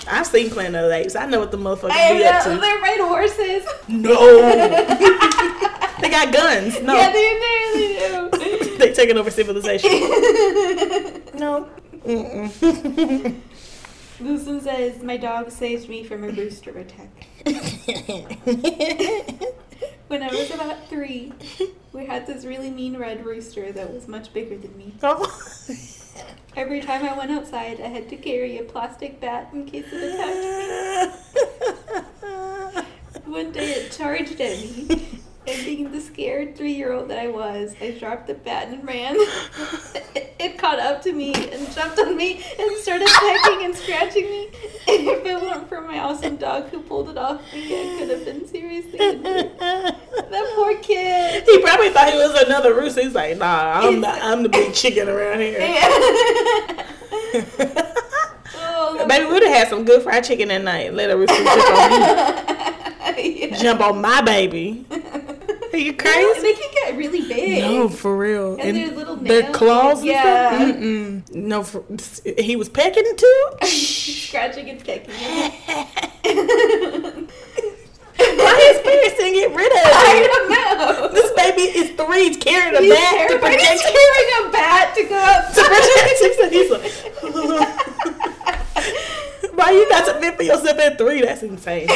Speaker 1: I've seen Planet of the Apes. I know what the motherfuckers
Speaker 3: I
Speaker 1: be up
Speaker 3: know,
Speaker 1: to.
Speaker 3: they ride horses.
Speaker 1: No. they got guns. No.
Speaker 3: Yeah, they, they, they do.
Speaker 1: they taking over civilization. no. Mm-mm.
Speaker 3: This one says, My dog saved me from a rooster attack. When I was about three, we had this really mean red rooster that was much bigger than me. Every time I went outside, I had to carry a plastic bat in case it attacked me. One day it charged at me, and being the scared three year old that I was, I dropped the bat and ran. It caught up to me and jumped on me and started pecking and scratching me. If it weren't for my awesome dog who pulled it off me, I could have been seriously injured. That poor kid.
Speaker 1: he probably thought he was another rooster. He's like, nah, I'm the, I'm the big chicken around here.
Speaker 3: oh,
Speaker 1: Baby, we would have had some good fried chicken that night. Let a rooster jump on me.
Speaker 3: yeah.
Speaker 1: Jump on my baby. Are you crazy?
Speaker 3: They can get really big.
Speaker 1: No, for real.
Speaker 3: And their little
Speaker 1: their
Speaker 3: nails,
Speaker 1: claws and
Speaker 3: yeah.
Speaker 1: stuff. Mm-mm. No, for, he was pecking too.
Speaker 3: Scratching and pecking.
Speaker 1: Why is piercing get rid of
Speaker 3: I
Speaker 1: it?
Speaker 3: don't know.
Speaker 1: This baby is three, he's carrying a
Speaker 3: He's
Speaker 1: bat to
Speaker 3: terrified. He's
Speaker 1: protect
Speaker 3: carrying a bat to go
Speaker 1: to protect
Speaker 3: outside.
Speaker 1: him. So he's like, Why you got to fend for yourself at three? That's insane.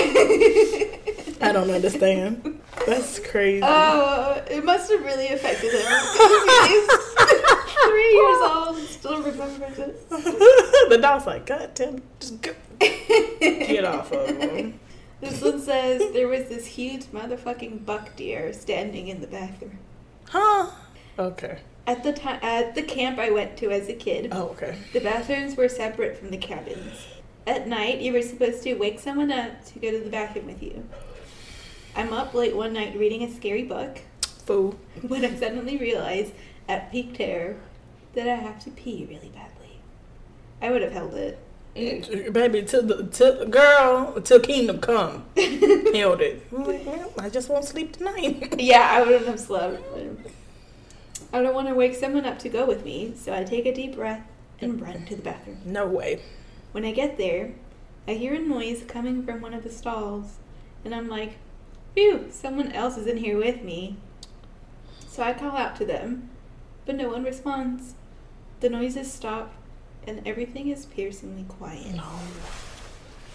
Speaker 1: I don't understand. That's crazy.
Speaker 3: Oh, it must have really affected him. 'cause he's three years old, and still remembers it.
Speaker 1: the dog's like, God damn, just go, get off of him.
Speaker 3: This one says there was this huge motherfucking buck deer standing in the bathroom.
Speaker 1: Huh? Okay.
Speaker 3: At the time, at the camp I went to as a kid,
Speaker 1: Oh, okay.
Speaker 3: the bathrooms were separate from the cabins. At night, you were supposed to wake someone up to go to the bathroom with you. I'm up late one night reading a scary book
Speaker 1: Fool.
Speaker 3: when I suddenly realize, at peak terror, that I have to pee really badly. I would have held it.
Speaker 1: Baby, till the till girl, till kingdom come, held it. I'm like, "Well, I just won't sleep tonight.
Speaker 3: Yeah, I wouldn't have slept. I don't want to wake someone up to go with me, so I take a deep breath and run to the bathroom.
Speaker 1: No way.
Speaker 3: When I get there, I hear a noise coming from one of the stalls, and I'm like, phew, someone else is in here with me. So I call out to them, but no one responds. The noises stop, and everything is piercingly quiet.
Speaker 1: No.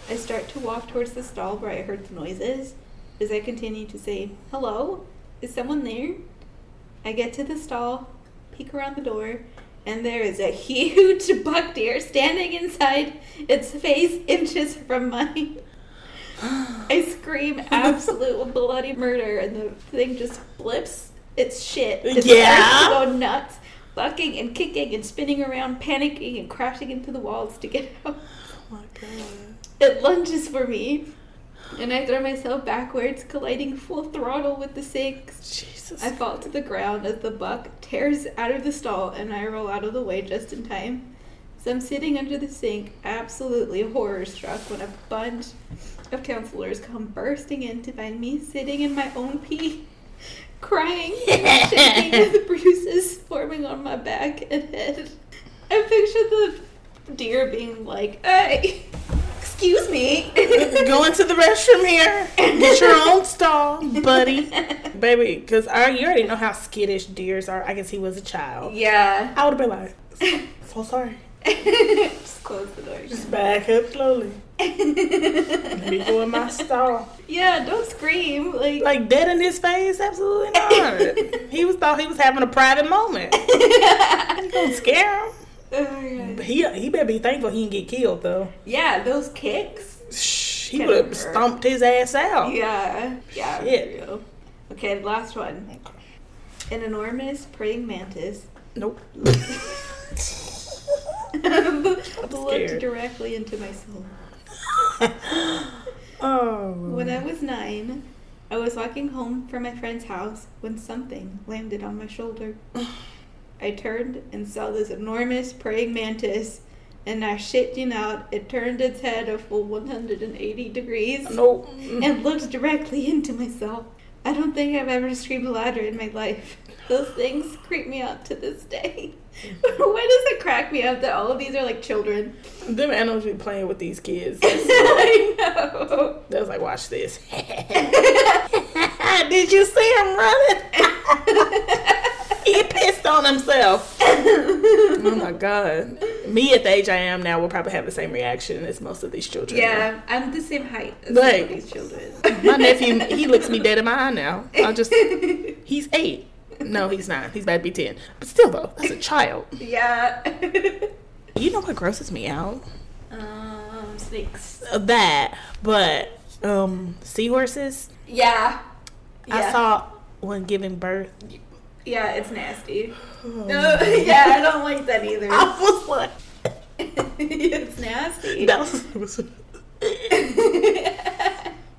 Speaker 3: I start to walk towards the stall where I heard the noises. As I continue to say, Hello? Is someone there? I get to the stall, peek around the door, and there is a huge buck deer standing inside, its face inches from mine. I scream absolute bloody murder, and the thing just flips its shit. It starts to
Speaker 1: Yeah.
Speaker 3: go nuts, bucking and kicking and spinning around, panicking and crashing into the walls to get out.
Speaker 1: Oh my god.
Speaker 3: It lunges for me, and I throw myself backwards, colliding full throttle with the sinks.
Speaker 1: Jesus.
Speaker 3: I fall to the ground as the buck tears out of the stall, and I roll out of the way just in time. So I'm sitting under the sink, absolutely horror struck, when a bunch of counselors come bursting in to find me sitting in my own pee, crying, shaking with the bruises forming on my back and head. I picture the deer being like, "Hey, excuse me."
Speaker 1: Go into the restroom here. Get your own stall, buddy, baby. Because I you already know how skittish deers are. I guess he was a child.
Speaker 3: yeah.
Speaker 1: I would have been like, so sorry.
Speaker 3: Just close the door.
Speaker 1: Just back up slowly. Let me go in my stall.
Speaker 3: Yeah, don't scream. Like,
Speaker 1: Like dead in his face? Absolutely not. he was thought he was having a private moment. You gonna scare him?
Speaker 3: oh my God.
Speaker 1: He he better be thankful he didn't get killed though.
Speaker 3: yeah, those kicks.
Speaker 1: Shh, he
Speaker 3: Get
Speaker 1: would
Speaker 3: over it.
Speaker 1: have stomped his ass out.
Speaker 3: Yeah, yeah, for
Speaker 1: Oh. Shit.
Speaker 3: real. Okay, the last one. An enormous praying mantis
Speaker 1: Nope.
Speaker 3: looked
Speaker 1: scared.
Speaker 3: directly into my soul.
Speaker 1: oh.
Speaker 3: When I was nine, I was walking home from my friend's house when something landed on my shoulder. I turned and saw this enormous praying mantis, and I shit you not, it turned its head a full 180 degrees.
Speaker 1: Nope.
Speaker 3: and looked directly into myself. I don't think I've ever screamed louder in my life. Those things creep me out to this day. Why does it crack me up that all of these are like children?
Speaker 1: Them animals be playing with these kids.
Speaker 3: I know.
Speaker 1: They was like, watch this. Did you see him running? he pissed on himself. oh my god. Me at the age I am now will probably have the same reaction as most of these children.
Speaker 3: Yeah, I'm the same height as all
Speaker 1: Like-
Speaker 3: of these children.
Speaker 1: My nephew, he looks me dead in my eye now. I just, he's eight. No, he's nine. He's about to be ten. But still, though, that's a child.
Speaker 3: Yeah.
Speaker 1: You know what grosses me out? Uh,
Speaker 3: um, snakes.
Speaker 1: That, but um, seahorses.
Speaker 3: Yeah.
Speaker 1: I saw one giving birth.
Speaker 3: Yeah, it's nasty. No, yeah, I don't like that either.
Speaker 1: I was like,
Speaker 3: it's nasty.
Speaker 1: that was- it was-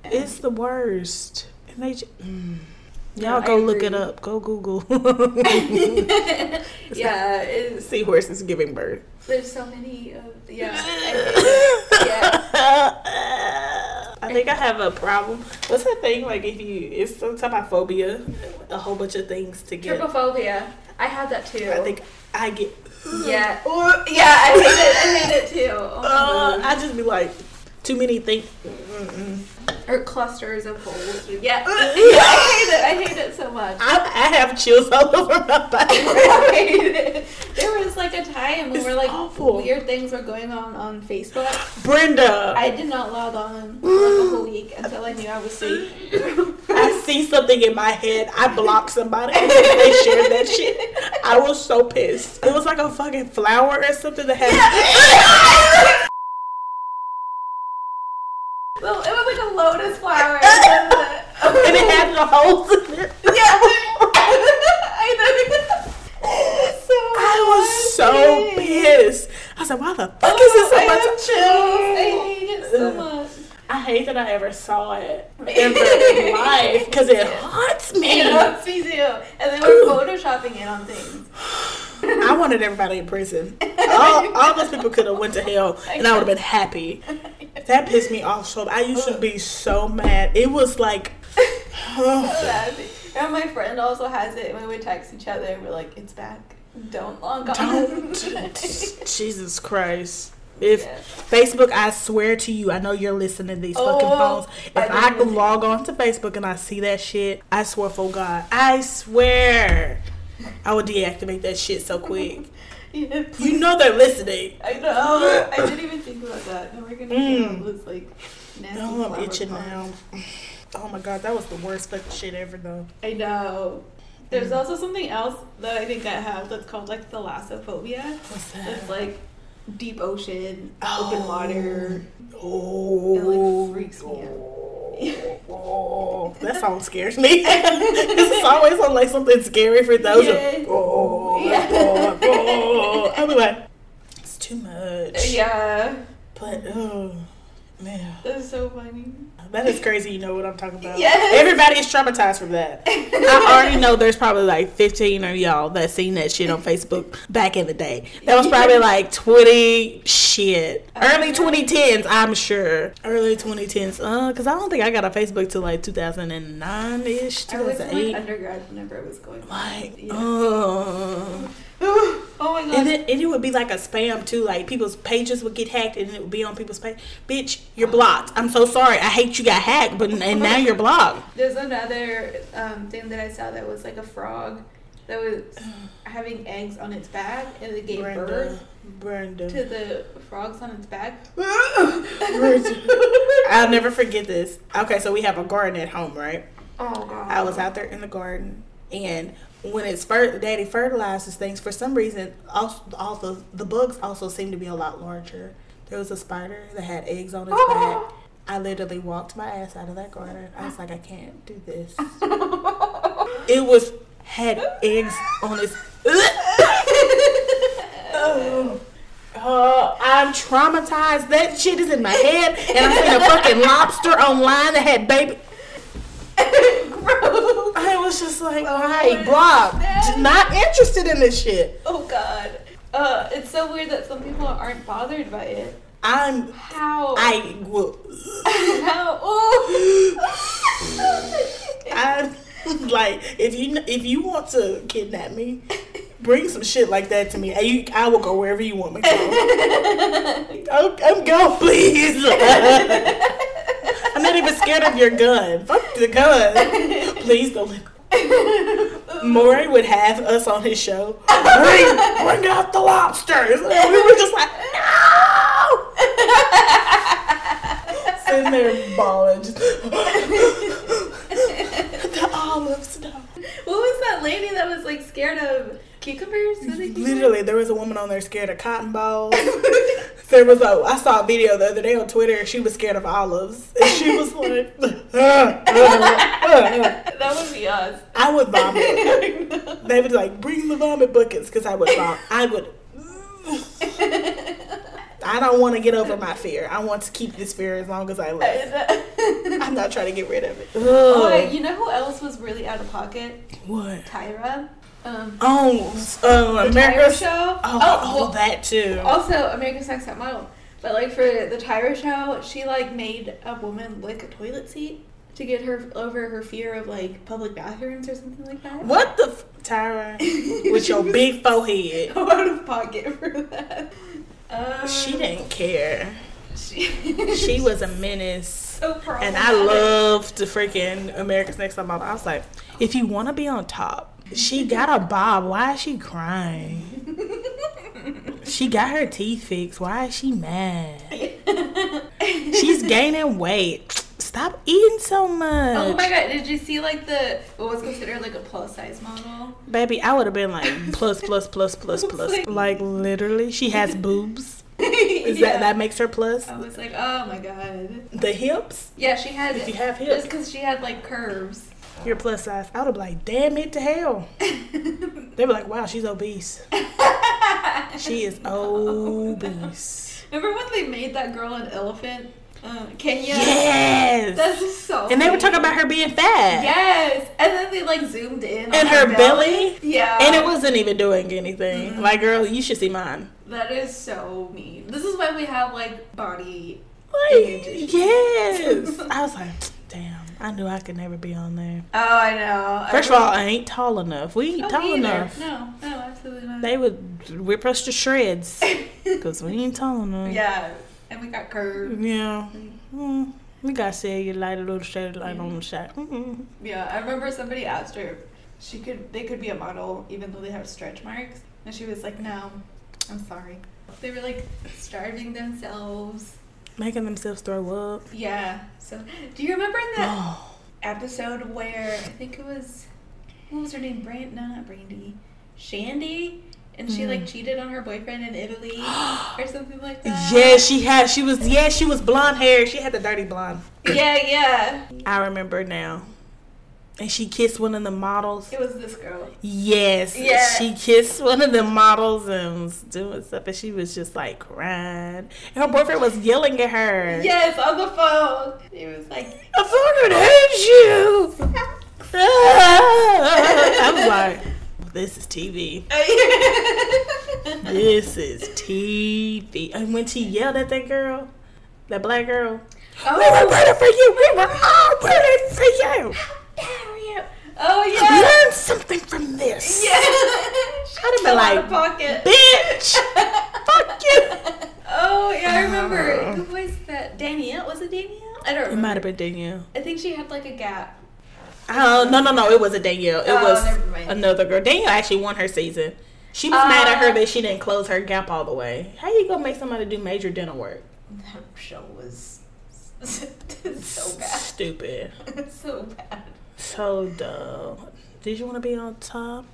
Speaker 1: it's the worst. And they, ju- mm. y'all
Speaker 3: No, I
Speaker 1: go look it
Speaker 3: agree.
Speaker 1: up. Go Google
Speaker 3: yeah, it's
Speaker 1: seahorses giving birth.
Speaker 3: There's so many of yeah.
Speaker 1: I think I have a problem. What's that thing like if you it's some type of phobia, a whole bunch of things to get.
Speaker 3: Trypophobia. I had that too.
Speaker 1: I think I get.
Speaker 3: Yeah. Or yeah, I hate it. I hate it too. Oh my
Speaker 1: Uh,
Speaker 3: God.
Speaker 1: I just be like too many things. Mm-mm.
Speaker 3: or clusters of holes. Yeah. yeah. I hate it. I hate it so much.
Speaker 1: I, I have chills all over my body.
Speaker 3: I hate it. There was like a time when
Speaker 1: It's
Speaker 3: we're like
Speaker 1: awful.
Speaker 3: weird things were going on on Facebook.
Speaker 1: Brenda,
Speaker 3: I did not log on for like a whole week until I knew I was safe.
Speaker 1: I see something in my head, I block somebody and they shared that shit. I was so pissed. It was like a fucking flower or something that had.
Speaker 3: Well, it was like a lotus flower. and then the-
Speaker 1: And it had the holes in it.
Speaker 3: Yeah. I know. So
Speaker 1: I was so pissed. I was like, why the fuck is this so
Speaker 3: I
Speaker 1: much
Speaker 3: have chills. I hate it so much.
Speaker 1: I hate that I ever saw it ever in life because it haunts me.
Speaker 3: You know, it's me too. And they were photoshopping it on things.
Speaker 1: I wanted everybody in prison. All, all those people could have went to hell, and I would have been happy. That pissed me off so. I used to be so mad. It was like, oh,
Speaker 3: and my friend also has it. And we would text each other. and We're like, it's back. Don't log on.
Speaker 1: don't, Jesus Christ. If
Speaker 3: Yeah.
Speaker 1: Facebook, I swear to you, I know you're listening to these fucking
Speaker 3: Oh,
Speaker 1: phones. If
Speaker 3: I
Speaker 1: I,
Speaker 3: didn't-
Speaker 1: log on to Facebook and I see that shit, I swear for God, I swear, I would deactivate that shit so quick.
Speaker 3: Yeah, please.
Speaker 1: You know they're listening.
Speaker 3: I know. I didn't even think about that. Now we're gonna get
Speaker 1: Mm.
Speaker 3: all those like nasty
Speaker 1: Oh,
Speaker 3: flower
Speaker 1: I'm itching
Speaker 3: pots.
Speaker 1: now. Oh my god, that was the worst fucking shit ever though.
Speaker 3: I know. There's
Speaker 1: Mm.
Speaker 3: also something else that I think I have that's called like thalassophobia.
Speaker 1: What's
Speaker 3: It's like deep ocean,
Speaker 1: Uh-huh. Oh.
Speaker 3: open water.
Speaker 1: Oh,
Speaker 3: It, like, freaks me out.
Speaker 1: Oh, that song scares me. it's always on like something scary for those.
Speaker 3: Yeah.
Speaker 1: Oh,
Speaker 3: Yeah.
Speaker 1: oh, oh. I'll be like, it's too much.
Speaker 3: Yeah,
Speaker 1: But oh man,
Speaker 3: that's so funny.
Speaker 1: that is crazy. You know what I'm talking about?
Speaker 3: Yes.
Speaker 1: Everybody is traumatized from that. I already know there's probably like 15 of y'all that seen that shit on Facebook back in the day. That was probably like 20 shit. Early 2010s, I'm sure. Early 2010s. Uh, cause I don't think I got a Facebook till like 2009 ish,
Speaker 3: I was in, like
Speaker 1: 2008.
Speaker 3: undergrad whenever I was going.
Speaker 1: Like,
Speaker 3: Yeah.
Speaker 1: oh.
Speaker 3: oh my god.
Speaker 1: And it, and it would be like a spam too. Like people's pages would get hacked, and it would be on people's page. Bitch, you're blocked. I'm so sorry. I hate you got hacked, but and now you're blocked.
Speaker 3: There's another um, thing that I saw that was like a frog that was
Speaker 1: Uh.
Speaker 3: having eggs on its back, and it gave birth
Speaker 1: Brenda.
Speaker 3: to the frogs on its back.
Speaker 1: I'll never forget this. Okay, so we have a garden at home, right?
Speaker 3: Oh god.
Speaker 1: I was out there in the garden, and when it's fer- daddy fertilizes things, for some reason, also, also the bugs also seem to be a lot larger. There was a spider that had eggs on its
Speaker 3: Oh.
Speaker 1: back. I literally walked my ass out of that garden. I was like, I can't do this. It was had eggs on its. Oh, Oh, I'm traumatized. That shit is in my head, and I seen a fucking lobster online that had baby.
Speaker 3: Gross.
Speaker 1: I was just like,
Speaker 3: what
Speaker 1: why,
Speaker 3: is
Speaker 1: block?
Speaker 3: that?
Speaker 1: Just Not interested in this shit.
Speaker 3: Oh god. Uh, it's so weird that some people aren't bothered by it.
Speaker 1: I'm.
Speaker 3: How?
Speaker 1: I will.
Speaker 3: How? Oh.
Speaker 1: I'm like, if you if you want to kidnap me, bring some shit like that to me. I, you, I will go wherever you want me to. go. I'm, I'm going, please. I'm not even scared of your gun. Fuck the gun. Please don't. Maury would have us on his show. Bring, bring out the lobsters. We were just like, no. Sitting there bawling. just- the olives, no.
Speaker 3: What was that lady that was like scared of cucumbers? Was it cucumbers?
Speaker 1: Literally, there was a woman on there scared of cotton balls. there was a I saw a video the other day on Twitter. She was scared of olives, and she was like,
Speaker 3: that would be us.
Speaker 1: I would vomit. They would like bring the vomit buckets because I would vom I would. I don't want to get over my fear. I want to keep this fear as long as I live. I'm not trying to get rid of it.
Speaker 3: uh, oh,
Speaker 1: Oh,
Speaker 3: wait, you know who else was really out of pocket?
Speaker 1: what?
Speaker 3: Tyra. Um,
Speaker 1: Oh, s- uh,
Speaker 3: the Tyra
Speaker 1: America's.
Speaker 3: show.
Speaker 1: Oh,
Speaker 3: oh,
Speaker 1: oh,
Speaker 3: well,
Speaker 1: that too.
Speaker 3: also America's Next Top Model. But like for the Tyra show, she like made a woman lick a toilet seat to get her over her fear of like public bathrooms or something like that.
Speaker 1: What the f- Tyra? With your big forehead.
Speaker 3: Go out of pocket for that. Um,
Speaker 1: She didn't care.
Speaker 3: She,
Speaker 1: She was a menace.
Speaker 3: so
Speaker 1: And I
Speaker 3: problematic.
Speaker 1: love the freaking America's Next Top Model. I was like, if you want to be on top, she got a bob. Why is she crying? She got her teeth fixed. Why is she mad? She's gaining weight. Stop eating so much.
Speaker 3: Oh my god, did you see like the what was considered like a plus size model?
Speaker 1: Baby, I would have been like plus plus plus plus plus.
Speaker 3: Like-
Speaker 1: Like literally, she has boobs. Is
Speaker 3: Yeah.
Speaker 1: that that makes her plus?
Speaker 3: I was like, oh my god.
Speaker 1: The hips?
Speaker 3: Yeah, she had
Speaker 1: If you have
Speaker 3: just
Speaker 1: hips,
Speaker 3: because she had like curves.
Speaker 1: you're plus size. I would have been like, damn it to hell. They were like, wow, she's obese. She is obese.
Speaker 3: Remember when they made that girl an elephant? Um, Kenya.
Speaker 1: Yes.
Speaker 3: That's so.
Speaker 1: and they were
Speaker 3: funny.
Speaker 1: talking about her being fat.
Speaker 3: Yes, and then they like zoomed
Speaker 1: And
Speaker 3: in on
Speaker 1: her belly.
Speaker 3: Yeah,
Speaker 1: And it wasn't even doing anything.
Speaker 3: Mhm.
Speaker 1: Like, girl, you should see mine.
Speaker 3: that is so mean. This is why we have like body.
Speaker 1: Like,
Speaker 3: Images.
Speaker 1: yes. I was like, damn, I knew I could never be on there.
Speaker 3: Oh, I know.
Speaker 1: First
Speaker 3: I
Speaker 1: of all, I ain't tall enough. We ain't
Speaker 3: Oh,
Speaker 1: tall
Speaker 3: me either.
Speaker 1: enough.
Speaker 3: No, no, absolutely not.
Speaker 1: They would rip us to shreds because we ain't tall enough.
Speaker 3: yeah, and we got curved.
Speaker 1: Yeah. Mm. We got cellulite, a little shade of light on the shot. Mm-hmm. Mm-mm.
Speaker 3: Yeah, I remember somebody asked her if she could they could be a model even though they have stretch marks, and she was like, "No, I'm sorry." They were like starving themselves.
Speaker 1: Making themselves throw up.
Speaker 3: Yeah. So, do you remember in that
Speaker 1: Oh.
Speaker 3: episode where I think it was what was her name? Brand? No, not Brandy. Shandy, and she
Speaker 1: Mm.
Speaker 3: like cheated on her boyfriend in Italy or something like that.
Speaker 1: Yeah, she had. She was. Yeah, she was blonde hair. She had the dirty blonde.
Speaker 3: Yeah, yeah.
Speaker 1: I remember now. And she kissed one of the models.
Speaker 3: It was this girl.
Speaker 1: Yes.
Speaker 3: Yeah.
Speaker 1: She kissed one of the models and was doing stuff, and she was just like crying. And her boyfriend was yelling at her.
Speaker 3: Yes, on the phone. It was like
Speaker 1: I fucking hate you. I was like, this is TV.
Speaker 3: oh,
Speaker 1: This is TV. And when she yelled at that girl, that black girl, we were
Speaker 3: oh,
Speaker 1: waiting for you. We were all waiting for you.
Speaker 3: dare you. Oh yeah.
Speaker 1: Learn something from this.
Speaker 3: Yeah.
Speaker 1: I'd have been
Speaker 3: Fell out
Speaker 1: like,
Speaker 3: of pocket.
Speaker 1: Bitch. Uh. Fuck you.
Speaker 3: Oh yeah, I remember. Who was that? Danielle? Was it Danielle? I don't
Speaker 1: It
Speaker 3: remember.
Speaker 1: might have been Danielle.
Speaker 3: I think she had like a gap.
Speaker 1: Oh, no, no, no. It wasn't Danielle. It
Speaker 3: Oh, never
Speaker 1: was
Speaker 3: mind.
Speaker 1: another girl. Danielle actually won her season. She was
Speaker 3: Uh,
Speaker 1: mad at her that she didn't close her gap all the way. How you gonna make somebody do major dental work?
Speaker 3: That show was so bad.
Speaker 1: Stupid.
Speaker 3: so bad.
Speaker 1: So dumb. Did you want to be on top?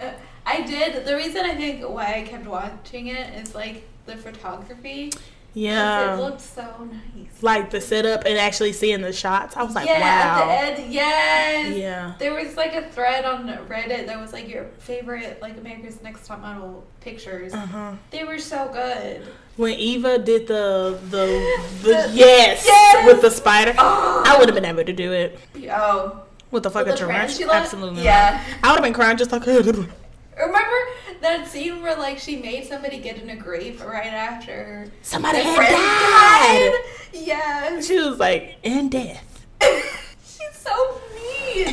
Speaker 3: Uh, I did. The reason I think why I kept watching it is like the photography. 'cause It
Speaker 1: Yeah.
Speaker 3: looked so nice.
Speaker 1: Like the setup and actually seeing the shots. I was like,
Speaker 3: yeah,
Speaker 1: wow.
Speaker 3: at the end, yes.
Speaker 1: Yeah.
Speaker 3: There was like a thread on Reddit that was like your favorite like America's Next Top Model pictures.
Speaker 1: Uh huh.
Speaker 3: They were so good.
Speaker 1: When Eva did the the, the
Speaker 3: The-
Speaker 1: yes,
Speaker 3: Yes!
Speaker 1: with the spider,
Speaker 3: Oh.
Speaker 1: I would have been able to do it
Speaker 3: Oh,
Speaker 1: with the fucking
Speaker 3: the
Speaker 1: tarantula.
Speaker 3: tarantula?
Speaker 1: Absolutely.
Speaker 3: Yeah.
Speaker 1: not. I would have been crying just like.
Speaker 3: remember that scene where like she made somebody get in a grave right after
Speaker 1: Somebody
Speaker 3: their
Speaker 1: had
Speaker 3: friend
Speaker 1: died.
Speaker 3: died? Yes.
Speaker 1: She was like, "In death."
Speaker 3: She's so mean.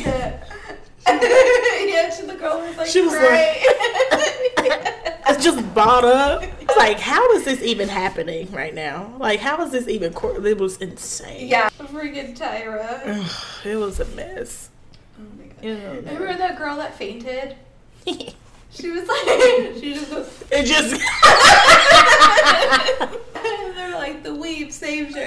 Speaker 3: yeah, she, the girl was like,
Speaker 1: She was
Speaker 3: "Great."
Speaker 1: I just bought up. Like, how is this even happening right now? Like, how is this even? Cor- it was insane.
Speaker 3: yeah, freaking Tyra.
Speaker 1: Ugh, it was a mess.
Speaker 3: Oh my god.
Speaker 1: It was a
Speaker 3: Remember that girl that fainted?
Speaker 1: mess.
Speaker 3: She was like, she just goes.
Speaker 1: It just.
Speaker 3: and they're like, the weave saved her.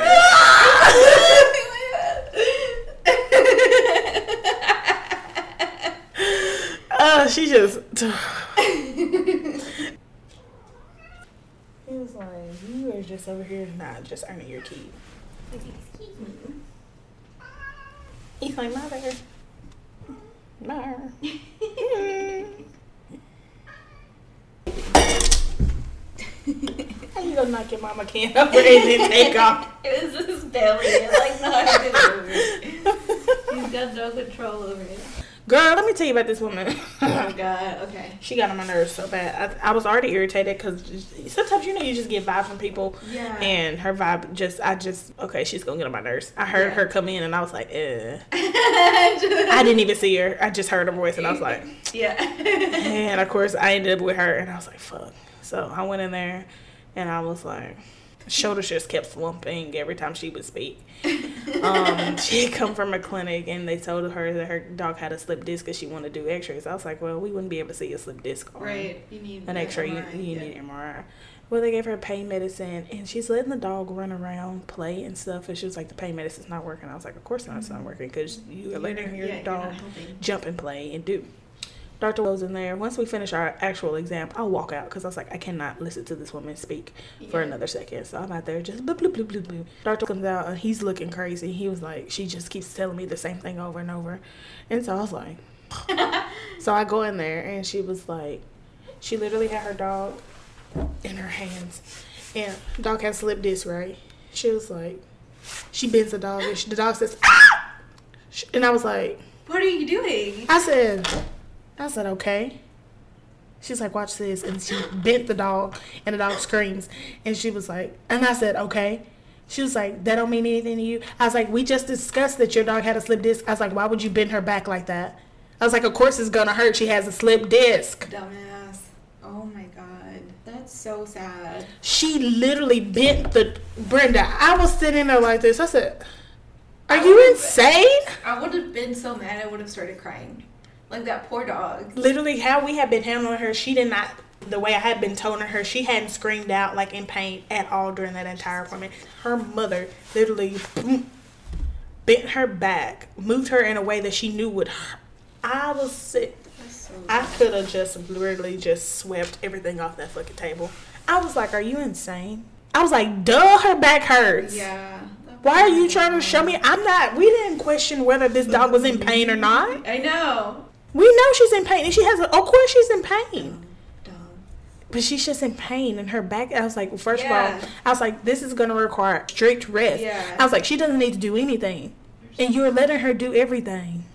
Speaker 1: Uh, she just. He was like, "You are just over here, not just earning your keep." He's like, "Mother, mother." How you gonna knock your mama can over and then take off?
Speaker 3: It was just belly. It like knocked it over. He's got no control over it.
Speaker 1: Girl, let me tell you about this woman.
Speaker 3: Oh god. Okay.
Speaker 1: she got on my nerves so bad. I, I was already irritated because sometimes you know you just get vibe from people,
Speaker 3: Yeah.
Speaker 1: and her vibe just I just okay she's gonna get on my nerves. I heard
Speaker 3: Yeah.
Speaker 1: her come in and I was like, eh.
Speaker 3: I
Speaker 1: I didn't even see her. I just heard her voice and I was like,
Speaker 3: Yeah.
Speaker 1: and of course I ended up with her and I was like, fuck. So I went in there and I was like, shoulders just kept slumping every time she would speak. Um, she had come from a clinic and they told her that her dog had a slip disc because she wanted to do X-rays. I was like, well, we wouldn't be able to see a slip disc on
Speaker 3: right. You need
Speaker 1: an X-ray. You,
Speaker 3: MRI,
Speaker 1: you
Speaker 3: yeah.
Speaker 1: need MRI. Well, they gave her pain medicine, and she's letting the dog run around, play, and stuff. And she was like, "The pain medicine's not working." I was like, "Of course not, it's not working because you are letting your
Speaker 2: yeah,
Speaker 1: dog
Speaker 2: You're not helping.
Speaker 1: jump and play and do." Doctor Will's in there. Once we finish our actual exam, I'll walk out because I was like, I cannot listen to this woman speak for
Speaker 3: Yeah.
Speaker 1: another second. So I'm out there just bloop bloop bloop bloop bloop. Doctor comes out and he's looking crazy. He was like, she just keeps telling me the same thing over and over, and so I was like, so I go in there and she was like, she literally had her dog in her hands, and dog had slip disc right. She was like, she bends the dog and she, the dog says, ah! Sh- and I was like.
Speaker 3: What are you doing?
Speaker 1: I said, I said, okay. She's like, watch this. And she bent the dog, and the dog screams. And she was like, and I said, okay. She was like, that don't mean anything to you. I was like, we just discussed that your dog had a slip disc. I was like, why would you bend her back like that? I was like, of course it's gonna hurt. She has a slip disc.
Speaker 3: Dumbass. Oh my god. That's so sad.
Speaker 1: She literally bent the Brenda. I was sitting there like this. I said, are you insane?
Speaker 3: I would have been so mad I would have started crying. Like that poor dog.
Speaker 1: literally how we had been handling her, she did not the way I had been toning her, she hadn't screamed out like in pain at all during that entire appointment. Her mother literally bent her back, moved her in a way that she knew would hurt. I was sick.
Speaker 3: That's so
Speaker 1: I
Speaker 3: sad.
Speaker 1: could have just literally just swept everything off that fucking table. I was like, Are you insane? I was like, duh, her back hurts.
Speaker 3: Yeah. that
Speaker 1: Why are
Speaker 3: poor
Speaker 1: you trying to
Speaker 3: dog.
Speaker 1: show me? I'm not, we didn't question whether this dog was in pain or not.
Speaker 3: I know.
Speaker 1: We know she's in pain and she has, a, of course, she's in pain.
Speaker 3: Dumb.
Speaker 1: But she's just in pain and her back. I was like, well, first
Speaker 3: Yeah.
Speaker 1: of all, I was like, this is going to require strict rest.
Speaker 3: Yeah.
Speaker 1: I was like, she doesn't need to do anything. And you're letting her do everything.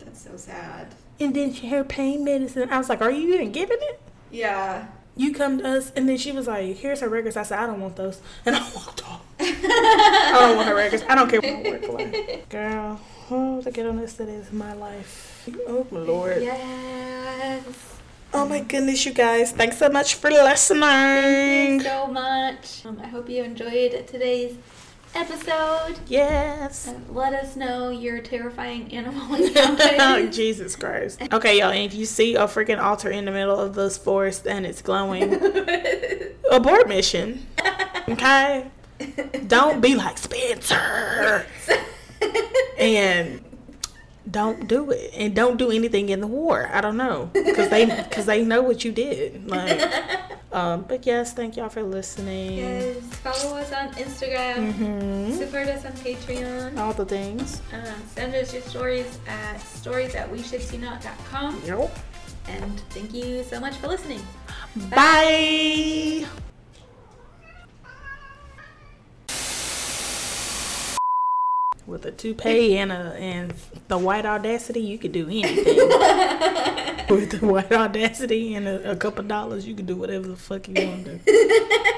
Speaker 3: That's so sad.
Speaker 1: And then she, her pain medicine. I was like, are you even giving it?
Speaker 3: Yeah.
Speaker 1: You come to us. And then she was like, here's her records. I said, I don't want those. And I walked off. I
Speaker 3: I
Speaker 1: don't want her records. I don't care what her work like. Girl, oh, the ghetto-ness that is my life. Oh, my Lord.
Speaker 3: Yes.
Speaker 1: Oh, my goodness, you guys. Thanks so much for listening.
Speaker 3: Thank you so much. Um, I hope you enjoyed today's episode.
Speaker 1: Yes.
Speaker 3: And let us know your terrifying animal
Speaker 1: Oh,
Speaker 3: encounters.
Speaker 1: Jesus Christ. Okay, y'all, and if you see a freaking altar in the middle of this forest and it's glowing, abort mission. Okay? Don't be like Spencer and don't do it. And don't do anything in the war. I don't know. Because they, cause they know what you did. Like, um, but yes, thank y'all for listening.
Speaker 3: yes. Follow us on Instagram.
Speaker 1: hmm
Speaker 3: Support us on Patreon.
Speaker 1: All the things.
Speaker 3: Um, send us your stories at stories at weshouldseeknot.com.
Speaker 1: Yep.
Speaker 3: And thank you so much for listening.
Speaker 1: Bye. With a toupee and a and the white audacity, you could do anything. With the white audacity and a, a couple dollars, you could do whatever the fuck you want to. do.